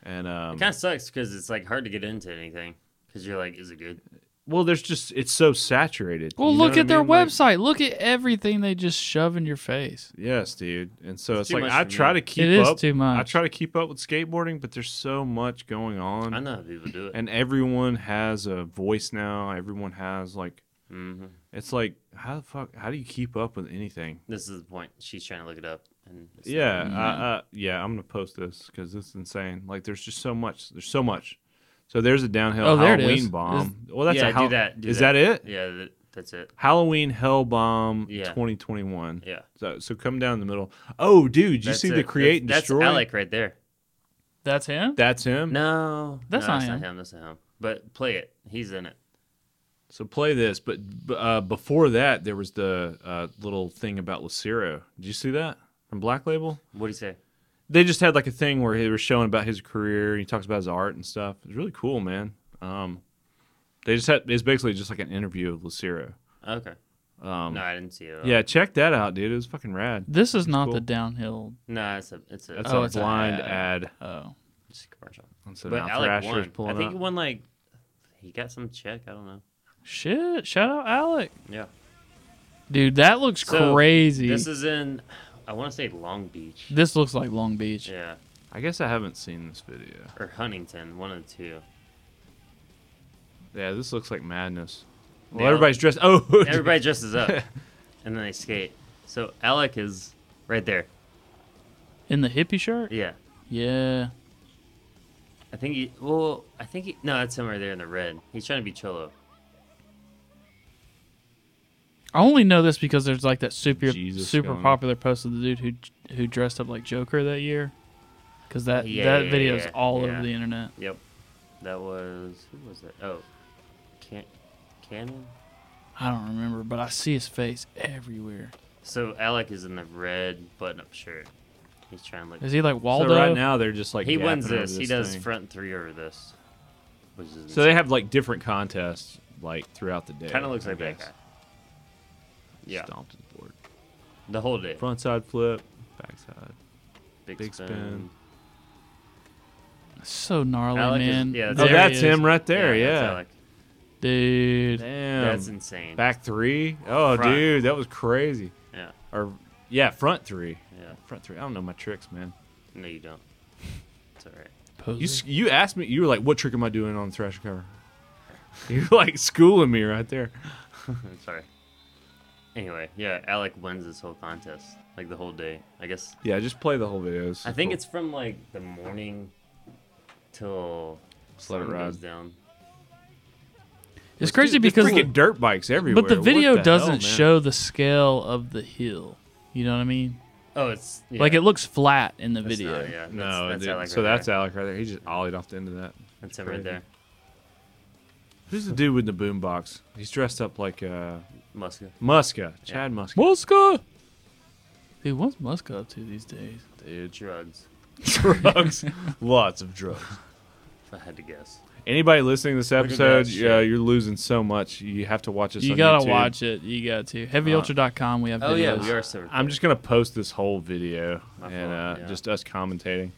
S4: And um,
S3: It kind of sucks because it's like hard to get into anything because you're like, is it good?
S4: well, there's just it's so saturated.
S2: Well,
S4: You know
S2: look
S4: what I
S2: at their
S4: mean? Like,
S2: website. look at everything they just shove in your face.
S4: yes, dude. And so
S3: It's
S4: it's,
S3: too
S4: like
S3: much
S4: I
S3: for
S4: try
S3: me.
S4: to keep
S2: it is
S4: up.
S2: too much.
S4: I try to keep up with skateboarding, but there's so much going on.
S3: I know how people do it.
S4: And everyone has a voice now. Everyone has like
S3: hmm
S4: it's like how the fuck how do you keep up with anything?
S3: This is the point. She's trying to look it up. And it's like-
S4: Yeah, I, I, yeah. I'm gonna post this because this is insane. Like, there's just so much. There's so much. So there's a downhill
S2: Oh, there it
S4: Halloween
S2: is.
S4: bomb. well, that's
S3: yeah,
S4: a hal-
S3: do that. Do
S4: is that, it?
S3: Yeah, that, that's it.
S4: Halloween Hell Bomb
S3: Yeah.
S4: 2021.
S3: Yeah.
S4: So, so come down the middle. Oh, dude, did you
S3: That's
S4: see
S3: it.
S4: the
S3: that's,
S4: create and
S3: that's
S4: destroy? Um,
S3: Alec right there.
S2: That's him.
S4: That's him.
S3: No,
S2: That's
S3: no,
S2: not
S3: that's
S2: him.
S3: not him. That's not him. But play it. He's in it.
S4: So play this, but b- uh, before that, there was the uh, little thing about Lucero. Did you see that from Black Label?
S3: What do you say?
S4: They just had like a thing where he was showing about his career. He talks about his art and stuff. It's really cool, man. Um, they just had it's basically just like an interview of Lucero.
S3: Okay.
S4: Um,
S3: no, I didn't see it. At all.
S4: yeah, check that out, dude. It was fucking rad.
S2: This is not
S4: cool.
S2: the downhill.
S3: No, it's a it's a,
S4: That's
S3: it's
S2: Oh,
S4: a
S2: it's a
S4: blind
S2: ad.
S4: ad.
S2: Oh,
S3: just a commercial.
S4: And So
S3: but
S4: now
S3: Alec
S4: Thrasher's
S3: won. I
S4: pulling
S3: think
S4: up.
S3: he won like he got some check. I don't know.
S2: shit! Shout out Alec,
S3: Yeah.
S2: dude. That looks
S3: So,
S2: crazy.
S3: This
S2: This,
S3: is in I want to say Long Beach.
S2: looks like Long Beach.
S3: Yeah,
S4: I guess I haven't seen this video.
S3: or Huntington, one of the two.
S4: *laughs* Yeah, this looks like madness. Well,
S3: Yeah.
S4: everybody's dressed. Oh, *laughs*
S3: Everybody dresses up, and then they skate. So Alec is right there.
S2: In the hippie shirt.
S3: Yeah,
S2: Yeah.
S3: I think he. Well, I think he. No, that's him right there in the red. He's trying to be cholo.
S2: I only know this because there's like that super
S4: Jesus
S2: super
S4: going.
S2: popular post of the dude who who dressed up like Joker that year. Because that
S3: Yeah,
S2: that
S3: yeah,
S2: video is
S3: yeah,
S2: all
S3: yeah.
S2: over the internet.
S3: Yep, that was who was that? Oh, Can, Cannon.
S2: I don't remember, but I see his face everywhere.
S3: So Alec is in the red button-up shirt. He's trying to look.
S2: Is he like
S4: So
S2: Waldo?
S4: right now they're just like
S3: he wins
S4: yapping over
S3: this. He does
S4: thing.
S3: front three over this. Which is
S4: So they have like different contests like throughout the day.
S3: kind of looks
S4: I
S3: like that
S4: guess.
S3: guy. Yeah,
S4: Stomped his board.
S3: the whole day.
S4: Front side flip, back side.
S3: Big,
S4: Big
S3: spin.
S4: spin.
S2: so gnarly,
S3: Alec is-
S2: man.
S3: yeah,
S4: Oh,
S3: There he
S4: that's
S2: he is.
S4: him right there. Yeah.
S3: that's Alec.
S2: dude.
S4: Damn.
S3: That's insane.
S4: back three. Oh,
S3: Front.
S4: dude, that was crazy.
S3: Yeah,
S4: Or yeah, front three.
S3: yeah.
S4: Front three. I don't know my tricks, man.
S3: No, you don't. It's all right. *laughs*
S4: You
S2: Poser.
S4: s- you asked me. You were like, "What trick am I doing on the thrasher cover?" *laughs* You're like schooling me right there.
S3: It's all right. Anyway, yeah, Alec wins this whole contest, like the whole day. I guess.
S4: Yeah, just play the whole video. It's
S3: I think
S4: cool.
S3: it's from like the morning till
S4: Just let it
S3: sun goes
S4: ride.
S3: down.
S2: it's crazy
S4: Dude,
S2: because
S4: there's freaking dirt bikes everywhere.
S2: but the
S4: What
S2: video
S4: hell,
S2: doesn't
S4: man?
S2: show the scale of the hill. You know what I mean?
S3: Oh, it's yeah,
S2: Like it looks flat in the
S3: that's
S2: video.
S3: not- yeah, that's,
S4: No,
S3: that's
S4: dude.
S3: Alec
S4: so
S3: right
S4: that's
S3: there.
S4: Alec right there. He just ollied off the end of that.
S3: that's him right
S4: crazy.
S3: there.
S4: Who's the dude with the boombox? He's dressed up like uh,
S3: Muska.
S4: Muska, Chad Muska.
S2: Muska. Dude, what's Muska up to these days?
S4: Dude,
S3: Drugs.
S2: *laughs*
S4: drugs, lots of drugs.
S3: If I had to guess.
S4: Anybody listening to this
S3: at
S4: episode,
S3: that
S4: yeah,
S3: shit.
S4: you're losing so much. You have to watch this.
S2: You
S4: on
S2: gotta
S4: YouTube.
S2: watch it. You got to. HeavyUltra.com. We have videos.
S3: Oh yeah, we are so.
S4: I'm just gonna post this whole video
S3: My
S4: and
S3: fault,
S4: uh,
S3: yeah.
S4: just us commentating.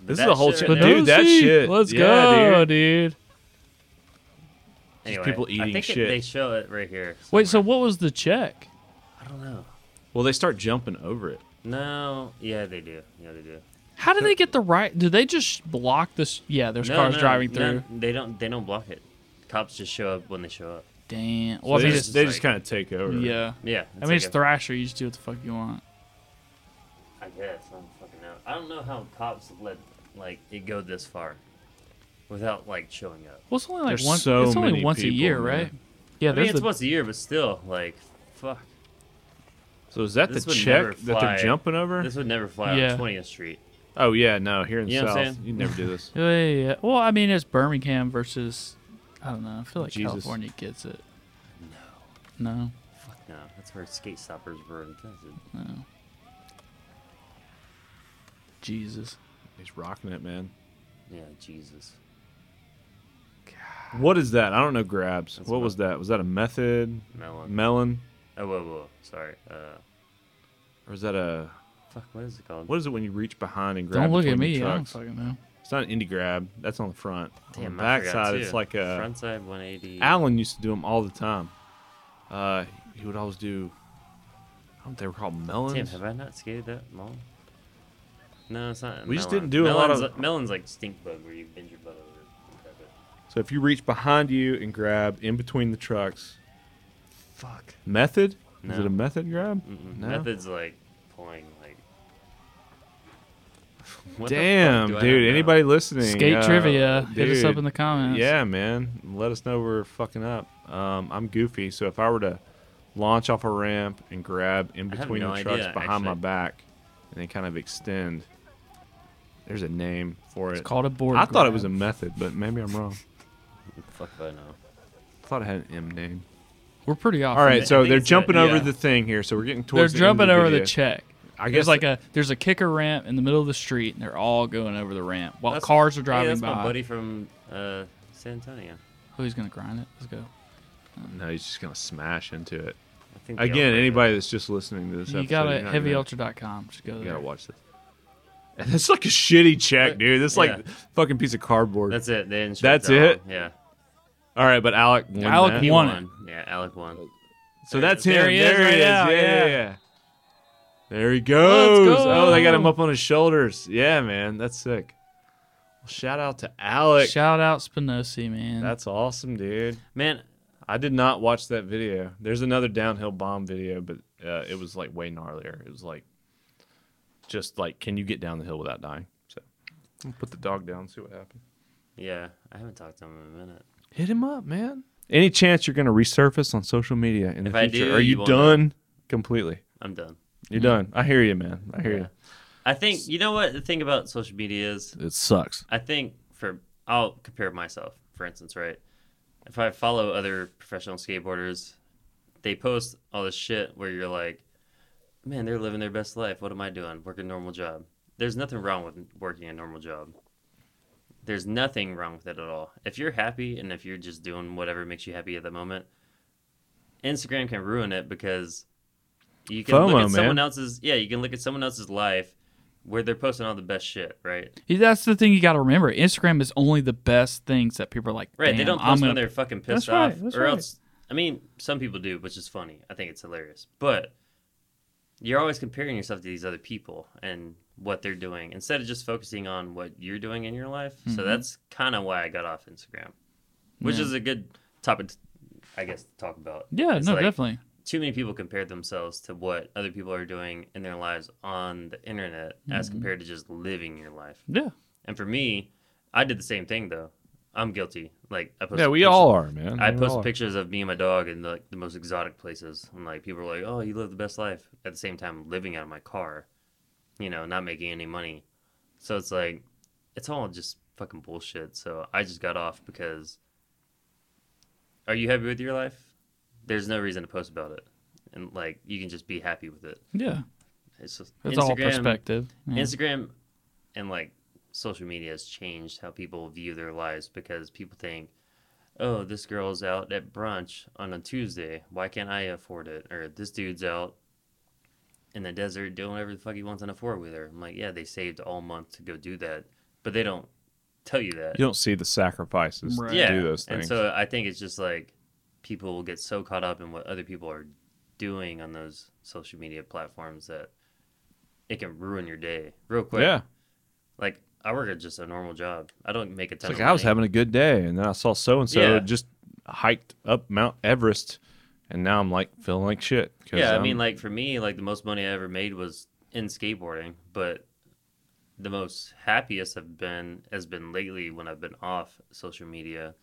S3: But
S4: This is
S3: that
S4: a whole
S3: shit
S4: shit,
S3: right
S4: dude.
S3: there-
S4: that
S2: Benossi,
S4: shit.
S2: Let's
S4: Yeah,
S2: go,
S4: dude.
S2: dude.
S3: Anyway,
S4: people
S3: I
S4: eating
S3: think it-
S4: shit.
S3: they show it right here.
S2: Wait, so
S3: somewhere.
S2: what was the check?
S3: I don't know.
S4: Well, they start jumping over it.
S3: No, yeah, they do. Yeah, they do.
S2: How do they get the right? Do they just block this? Yeah, there's
S3: No,
S2: cars
S3: no,
S2: driving
S3: no,
S2: through.
S3: they don't. They don't block it. Cops just show up when they show up.
S2: Damn. Well,
S4: they
S2: I mean,
S4: just,
S2: it's-
S4: they
S3: like-
S4: just kind of take over.
S2: yeah.
S3: Yeah.
S2: I mean, it's
S3: like
S2: Thrasher. You just do what the fuck you want.
S3: a- I guess I don't fucking know. I don't know how cops let like it go this far without like showing up.
S2: Well, it's only like
S4: There's
S2: one.
S4: so
S2: it's only
S4: many
S2: once a
S4: people,
S2: year,
S4: man.
S2: right? Yeah,
S3: I mean,
S2: there's
S3: it's
S2: the,
S3: once a year, but still, like, fuck.
S4: So is that
S3: This
S4: the
S3: would never
S4: check that they're
S3: fly.
S4: jumping over?
S3: This would never fly
S2: Yeah.
S3: on 20th Street.
S4: oh yeah, no. Here in the
S3: You know what I'm
S4: south,
S3: saying? *laughs*
S4: you never do this.
S2: yeah, yeah, yeah. Well, I mean, it's Birmingham versus I don't know. I feel like
S4: Jesus.
S2: California gets it. No. No.
S3: Fuck no, that's where skate stoppers were invented.
S2: No. Jesus.
S4: He's rocking it, man.
S3: Yeah, Jesus.
S4: What is that? I don't know. Grabs.
S3: That's
S4: what was that? Was that a method
S3: Melon.
S4: melon,
S3: oh, whoa, whoa, sorry. Uh,
S4: or is that a
S3: fuck, what is it called?
S4: what is it when you reach behind and grab?
S2: don't look at
S4: between the
S2: me. I don't
S4: Trucks?
S2: fucking know.
S4: It's not an indie grab. That's on the front. on the
S3: I
S4: back
S3: forgot
S4: side, it's
S3: too.
S4: like a
S3: front side 180.
S4: Alan used to do them all the time. Uh, he would always do. I don't think they were called melons.
S3: Damn, have I not skated that long? No, it's not. a
S4: We just
S3: melon.
S4: didn't do a lot
S3: Melon's
S4: of-
S3: like- melon's like stink bug where you bend your butt over and grab it.
S4: So if you reach behind you and grab in between the trucks, fuck method. Is
S3: No.
S4: it a method grab?
S3: Mm-mm.
S4: No.
S3: Method's like pulling like. *laughs* What the fuck
S4: Damn,
S3: do I
S4: dude!
S3: not know?
S4: Anybody listening?
S2: Skate
S4: uh,
S2: trivia. Hit us up
S4: dude,
S2: in the comments.
S4: Yeah, man. Let us know we're fucking up. Um, I'm goofy, so if I were to launch off a ramp and grab in
S3: I have
S4: between
S3: no
S4: the trucks
S3: idea,
S4: behind my
S3: actually.
S4: back, and then kind of extend. There's a name for
S2: It's
S4: it.
S2: called a board.
S4: I thought it
S2: grab.
S4: was a method, but maybe I'm wrong.
S3: What the Fuck if I know.
S4: I thought it had an M name.
S2: We're pretty off.
S4: All
S2: on
S4: right,
S2: that.
S4: so
S3: think
S4: they're
S3: it's a-
S4: jumping over
S3: yeah.
S4: the thing here, so we're getting
S2: they're
S4: towards. the end of
S2: jumping over
S4: video.
S2: the check.
S4: I guess
S2: There's like a there's a kicker ramp in the middle of the street, and they're all going over the ramp while
S3: That's-
S2: cars are
S3: hey,
S2: driving
S3: that's
S2: by.
S3: my buddy from uh, San Antonio.
S2: Oh, he's gonna grind it. Let's go.
S4: no. He's just gonna smash into it
S3: I think they all
S4: again.
S3: did
S4: Anybody that's just listening to this,
S2: You
S4: episode,
S2: got
S4: you're
S2: to
S4: not gonna-
S2: heavyultra.com. Just go
S4: You
S2: there.
S4: gotta watch this. And it's like a shitty check, dude. It's like
S3: Yeah.
S4: fucking piece of
S3: that.
S4: cardboard.
S3: That's it. They didn't shoot
S4: That's
S3: that
S4: it?
S3: long. Yeah.
S4: All right, but Alec won.
S2: Alec
S4: that.
S2: He won it.
S3: Yeah, Alec won.
S4: So that's him.
S2: There he is right now,
S4: Yeah, yeah,
S2: yeah.
S4: yeah. There he goes. Oh, they got him
S2: go.
S4: up on his shoulders. Yeah, man, that's sick. Well, shout out to Alec.
S2: Shout out Spinosi, man.
S4: that's awesome, dude.
S3: Man,
S4: I did not watch that video. There's another downhill bomb video, but uh, it was like way gnarlier. It was like just like, can you get down the hill without dying? So I'll put the dog down, see what happens.
S3: yeah, I haven't talked to him in a minute.
S4: Hit him up, man. Any chance you're going to resurface on social media in
S3: If I
S4: the future?
S3: do,
S4: Are
S3: you
S4: you,
S3: won't know.
S4: done completely?
S3: I'm done.
S4: You're done. I hear you, man. I hear
S3: Yeah. I think you know what the thing about social media is.
S4: you. It sucks.
S3: I think for I'll compare myself, for instance, right? If I follow other professional skateboarders, they post all this shit where you're like, man, they're living their best life. What am I doing? Working a normal job. There's nothing wrong with working a normal job. There's nothing wrong with it at all. If you're happy and if you're just doing whatever makes you happy at the moment, Instagram can ruin it because you can
S4: FOMO,
S3: look at someone
S4: man.
S3: else's yeah, you can look at someone else's life where they're posting all the best shit, right?
S2: That's the thing you got to remember. Instagram is only the best things that people are like.
S3: Right, they
S2: "Damn,
S3: don't
S2: I'm
S3: post
S2: gonna
S3: when they're fucking pissed
S2: That's right,
S3: off,
S2: that's
S3: or
S2: right.
S3: else. I mean, some people do, which is funny. I think it's hilarious, but you're always comparing yourself to these other people and what they're doing instead of just focusing on what you're doing in your life. So
S2: Mhm.
S3: that's kind of why I got off Instagram, which
S2: Yeah.
S3: is a good topic, to, I guess, to talk about.
S2: Yeah,
S3: It's
S2: no,
S3: like,
S2: definitely.
S3: Too many people compare themselves to what other people are doing in their lives on the internet as
S2: Mhm.
S3: compared to just living your life.
S2: Yeah.
S3: And for me, I did the same thing though. I'm guilty. Like I posted
S4: Yeah, we
S3: pictures-
S4: all are, man.
S3: I
S4: We all
S3: post
S4: are.
S3: pictures of me and my dog in like the most exotic places, and like people are like, "Oh, you live the best life." At the same time, living out of my car, you know, not making any money. So it's like, it's all just fucking bullshit. So I just got off because, are you happy with your life? There's no reason to post about it, and like you can just be happy with it.
S2: Yeah.
S3: It's just
S2: It's all perspective.
S4: Hmm.
S2: Yeah.
S3: Instagram and like social media has changed how people view their lives because people think, oh, this girl's out at brunch on a Tuesday. Why can't I afford it? Or this dude's out in the desert doing whatever the fuck he wants on a four wheeler. I'm like, yeah, they saved all month to go do that, but they don't tell you that.
S4: You don't see the sacrifices
S2: Right.
S4: to
S3: yeah.
S4: do those things.
S3: And so I think it's just like people will get so caught up in what other people are doing on those social media platforms that it can ruin your day real quick.
S4: yeah,
S3: Like I work at just a normal job. I don't make a
S4: it's
S3: ton.
S4: like
S3: of
S4: I was
S3: money.
S4: having a good day, and then I saw so and so
S3: Yeah.
S4: just hiked up Mount Everest, and now I'm like feeling like shit. 'cause um,
S3: Yeah,
S4: I'm-
S3: I mean, like for me, like the most money I ever made was in skateboarding, but the most happiest I've been has been lately when I've been off social media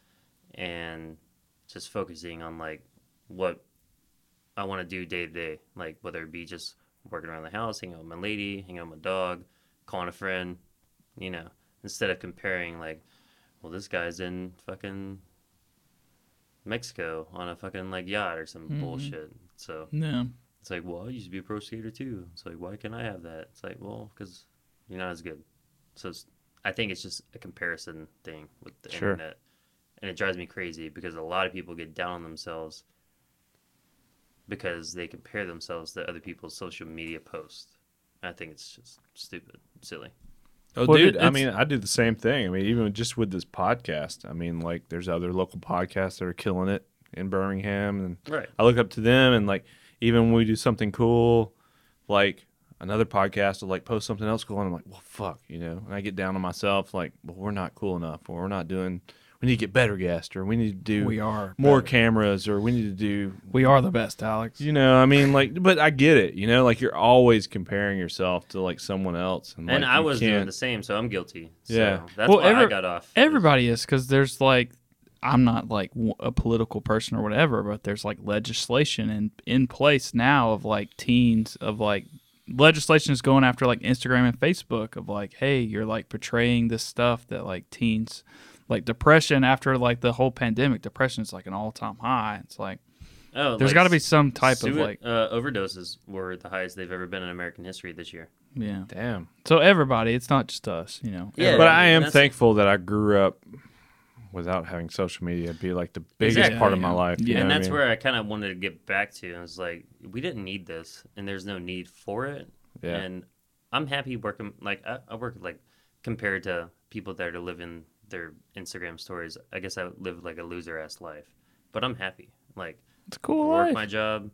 S3: and just focusing on like what I want to do day to day, like whether it be just working around the house, hanging out with my lady, hanging out with my dog, calling a friend, you know, instead of comparing like, well, this guy's in fucking Mexico on a fucking like yacht or some
S2: Mhm.
S3: bullshit. So
S2: Yeah.
S3: it's like, well, I used to be a pro skater too. It's like, why can't I have that? It's like, well, because you're not as good. So it's, I think it's just a comparison thing with the
S4: Sure.
S3: internet, and it drives me crazy because a lot of people get down on themselves because they compare themselves to other people's social media posts. I think it's just stupid, silly.
S4: Oh,
S2: Well,
S4: dude,
S2: it-
S4: I
S2: it's-
S4: mean, I do the same thing. I mean, even just with this podcast, I mean, like, there's other local podcasts that are killing it in Birmingham, and
S3: Right.
S4: I look up to them, and like, even when we do something cool, like another podcast will like post something else cool, and I'm like, well, fuck, you know, and I get down on myself, like, well, we're not cool enough, or we're not doing, we need to get better guests, or we need to do
S2: We are
S4: more
S2: better.
S4: cameras, or we need to do
S2: We are the best, Alex.
S4: you know, I mean, like, but I get it. You know, like you're always comparing yourself to like someone else, and,
S3: And
S4: like,
S3: I
S4: you
S3: was doing
S4: can't-
S3: the same, so I'm guilty. So
S4: Yeah.
S3: That's
S2: Well,
S3: why I
S2: every-
S3: got off.
S2: Everybody is because there's like, I'm not like w- a political person or whatever, but there's like legislation in in place now of like teens of like legislation is going after like Instagram and Facebook of like, hey, you're like portraying this stuff that like teens, like depression after like the whole pandemic, depression is like an all time high. It's like
S3: Oh,
S2: there's
S3: like,
S2: got to be some type of
S3: sui-
S2: like,
S3: uh, overdoses were the highest they've ever been in American history this year.
S2: yeah.
S4: damn.
S2: So everybody, it's not just us, you know.
S3: Yeah,
S4: but I am
S3: that's-
S4: thankful that I grew up without having social media be like the biggest
S3: Exactly.
S4: part of my
S2: Yeah.
S4: life.
S2: Yeah.
S4: you know
S3: and
S4: what I
S3: that's
S4: mean?
S3: where I kind of wanted to get back to. I was like, we didn't need this, and there's no need for it.
S4: Yeah.
S3: And I'm happy working. Like I, I work like compared to people that are living their Instagram stories. I guess I live like a loser ass life, but I'm happy. Like
S2: It's a cool
S3: work
S2: life.
S3: my job,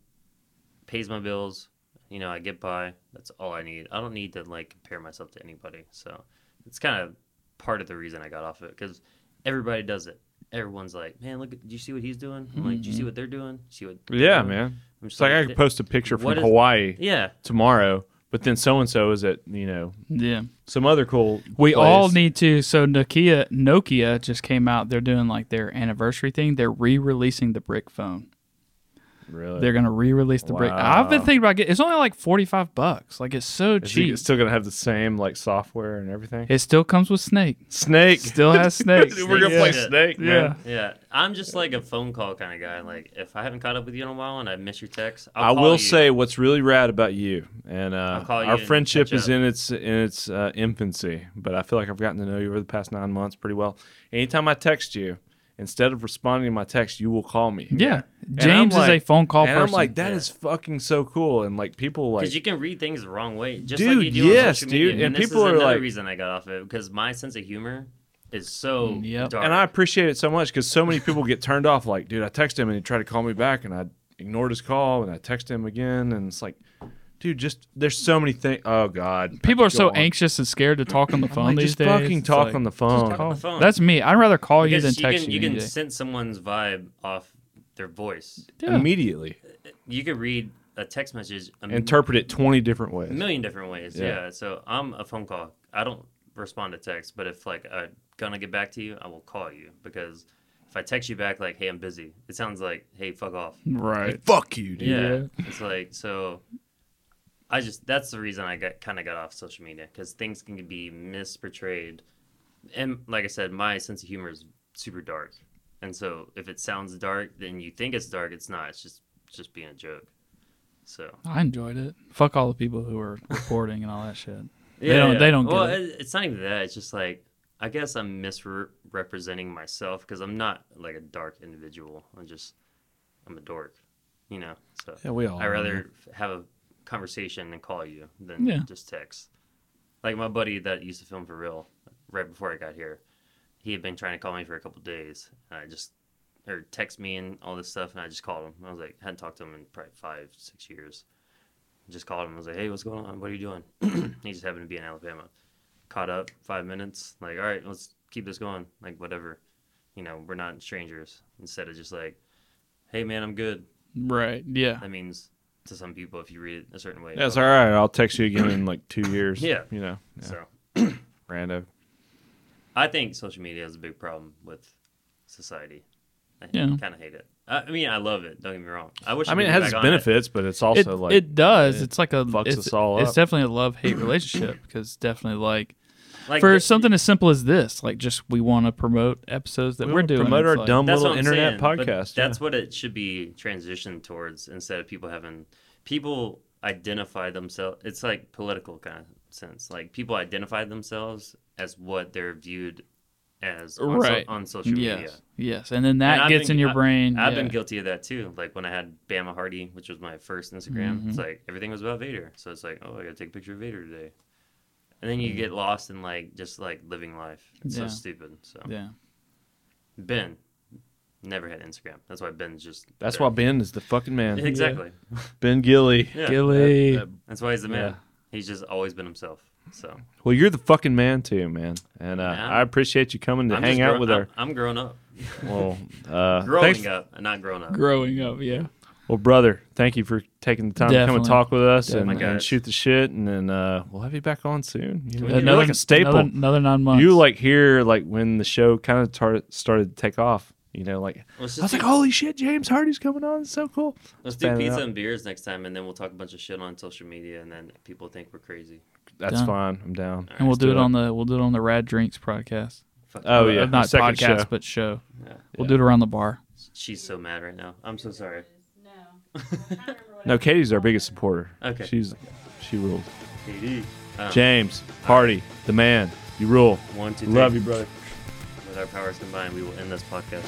S3: pays my bills. You know, I get by. That's all I need. I don't need to like compare myself to anybody. So it's kind of part of the reason I got off it because everybody does it. Everyone's like, "Man, look! at- Do you see what he's doing? I'm like, do you see what they're doing? See what? they're
S4: Mm-hmm. yeah,
S3: doing?"
S4: man.
S3: I'm just
S4: It's like I
S3: "Th-
S4: could post a picture from
S3: what is-
S4: Hawaii
S3: Yeah,
S4: tomorrow, but then so and so is at you know
S2: yeah.
S4: some other cool.
S2: We
S4: place.
S2: all need to. So Nokia, Nokia just came out. They're doing like their anniversary thing. They're re-releasing the brick phone.
S4: really.
S2: They're gonna re-release the brick. I've been
S4: Wow.
S2: thinking about getting. It's only like forty-five bucks. Like it's so
S4: Is
S2: cheap.
S4: he still gonna have the same like software and everything?
S2: it still comes with Snake.
S4: Snake.
S2: Still has Snake.
S4: *laughs* We're gonna play
S3: Yeah.
S4: Snake, man.
S2: Yeah.
S3: yeah. I'm just like a phone call kind of guy. Like if I haven't caught up with you in a while and I miss your text,
S4: i
S3: I'll call
S4: will
S3: you.
S4: say what's really rad about you and uh,
S3: I'll call you
S4: our
S3: and
S4: friendship
S3: catch
S4: is in its in its uh, infancy, but I feel like I've gotten to know you over the past nine months pretty well. Anytime I text you, instead of responding to my text, you will call me.
S2: Yeah.
S4: And
S2: James
S4: I'm
S2: is a
S4: like-
S2: phone call
S4: and
S2: person.
S4: I'm like, that is
S3: Yeah.
S4: fucking so cool, and like people like,
S3: Because you can read things the wrong way, just
S4: Dude,
S3: like you do
S4: yes,
S3: on social media.
S4: dude, and
S3: And, this
S4: people
S3: is
S4: are
S3: another
S4: like-
S3: reason I got off it because my sense of humor is so
S2: Mm, yep.
S3: dark.
S4: and I appreciate it so much because so many people get turned off. Like, dude, I text him and he tried to call me back, and I ignored his call, and I text him again, and it's like, dude, just there's so many things. Oh God, I
S2: People are
S4: could go
S2: so
S4: on.
S2: anxious and scared to talk on
S4: *laughs*
S2: the phone
S4: Like,
S2: these
S4: just
S2: days.
S4: fucking
S2: It's
S4: talk
S2: like,
S4: on the
S2: just
S4: phone.
S3: Talk on the phone.
S2: That's me. I'd rather call you
S3: because
S2: than
S3: you
S2: text
S3: can
S2: you.
S3: you
S2: any
S3: can
S2: day.
S3: sense someone's vibe off their voice.
S2: Yeah.
S4: immediately.
S3: You could read a text message a m-
S4: Interpret it 20 different ways.
S3: million different ways.
S4: Yeah.
S3: Yeah. So I'm a phone call. I don't respond to text, but if like I'm gonna get back to you, I will call you because if I text you back like, "Hey, I'm busy," it sounds like, "Hey, fuck off."
S2: Right.
S4: Fuck you, dude.
S3: Yeah.
S2: Yeah.
S3: It's like so I just that's the reason I got kind of got off social media cuz things can be misportrayed. And like I said, my sense of humor is super dark. And so if it sounds dark, then you think it's dark, it's not. It's just it's just being a joke. So
S2: I enjoyed it. Fuck all the people who are recording and all that shit. They
S3: Yeah,
S2: don't-
S3: yeah.
S2: they don't get
S3: Well,
S2: it.
S3: it- it's not even that. It's just like I guess I'm misrepresenting myself because I'm not like a dark individual. I'm just I'm a dork, you know. So
S4: Yeah, we all
S3: I
S4: are,
S3: rather f- have a conversation and call you than
S2: Yeah.
S3: just text. Like my buddy that used to film for real, right before I got here, he had been trying to call me for a couple days. And I just or text me and all this stuff, and I just called him. I was like, hadn't talked to him in probably five, six years. Just called him. I was like, hey, what's going on? What are you doing? *clears throat* he just happened to be in Alabama. Caught up five minutes. Like, all right, let's keep this going. Like, whatever. You know, we're not strangers. Instead of just like, hey, man, I'm good.
S2: Right. Yeah.
S3: That means to some people, if you read it a certain way.
S4: Yeah, it's
S3: okay.
S4: all right. I'll text you again in like
S3: *coughs*
S4: two years.
S3: Yeah.
S4: You know, yeah,
S3: So
S4: rando.
S3: I think social media is a big problem with society. I
S2: Yeah.
S3: kind of hate it. I I mean, I love it. Don't get me wrong. I wish
S4: I mean, it
S3: could get
S4: has its
S3: back on
S4: benefits, but it's also
S2: it,
S4: like,
S2: it does.
S4: it
S2: it's like a
S4: fucks
S2: it's,
S4: us all
S2: It's
S4: up. *clears throat*
S2: definitely a love hate relationship because definitely like
S3: Like
S2: for
S3: the-
S2: something as simple as this, like just we want to promote episodes that
S4: We
S2: are
S4: wanna
S2: doing.
S4: promote
S2: It's
S4: our
S2: like-
S4: dumb
S3: that's
S4: little
S3: what I'm
S4: internet
S3: saying, but
S4: podcast.
S3: That's what it should be transitioned towards instead of people having people identify themselves. It's like political kind of sense. Like people identify themselves as what they're viewed as on, so-
S2: Right.
S3: on social media.
S2: Yes, yes, and then
S3: And
S2: that
S3: I've
S2: gets
S3: been-
S2: in your
S3: I-
S2: brain.
S3: I've been
S2: yeah.
S3: guilty of that too. Like when I had Bama Hardy, which was my first Instagram,
S4: Mm-hmm.
S3: it's like everything was about Vader. So it's like, oh, I gotta take a picture of Vader today. And then you get lost in like just like living life. It's
S2: Yeah.
S3: so stupid. So
S2: Yeah,
S3: Ben never had Instagram. That's why Ben's just *laughs*
S4: That's
S3: there.
S4: why Ben is the fucking man.
S3: exactly.
S4: Ben Gilly.
S3: Yeah.
S2: Gilly.
S1: That- that-
S3: That's why he's the man.
S4: Yeah.
S3: He's just always been himself. So
S4: Well, you're the fucking man too, man. And uh,
S3: Yeah.
S4: I appreciate you coming to
S3: I'm
S4: hang
S3: just
S4: out
S3: grown-
S4: with
S3: I'm,
S4: our.
S3: I'm grown up,
S4: Well, uh,
S3: growing
S4: thanks,
S3: up, and not grown up.
S2: growing up. Yeah,
S4: Well, brother, thank you for taking the time to come and
S2: Definitely.
S4: talk with us and,
S2: Definitely.
S4: and
S3: Guys.
S4: shoot the shit, and then uh, we'll have you back on soon. You
S3: Another-
S4: are like a staple.
S2: Another, another nine months.
S4: you were, like here, like when the show kind of tar- started to take off. You know, like
S3: Let's just
S4: I was
S3: do,
S4: like, holy shit, James Hardy's coming on. It's so cool.
S3: let's do
S4: fan it
S3: pizza
S4: out.
S3: and beers next time, and then we'll talk a bunch of shit on social media, and then people think we're crazy.
S4: That's
S2: Done.
S4: fine. I'm down.
S2: and we'll
S4: Let's
S2: do it
S4: it.
S2: on the we'll do it on the Rad Drinks podcast.
S3: Fuck.
S4: Oh
S2: Uh,
S4: yeah,
S2: not
S4: second
S2: podcast,
S4: show.
S2: but show.
S3: Yeah.
S2: We'll do it around the bar.
S3: She's so mad right now. I'm so sorry.
S5: No. I'm trying to remember what I
S4: No,
S5: was
S4: Katie's our
S5: calling
S4: biggest
S5: her.
S4: supporter.
S3: Okay.
S4: she's she rules.
S3: KD.
S2: Oh.
S3: Um,
S4: James Hardy, the man. You rule.
S3: One, two, three.
S4: Love you, brother.
S3: With our powers combined, we will end this podcast.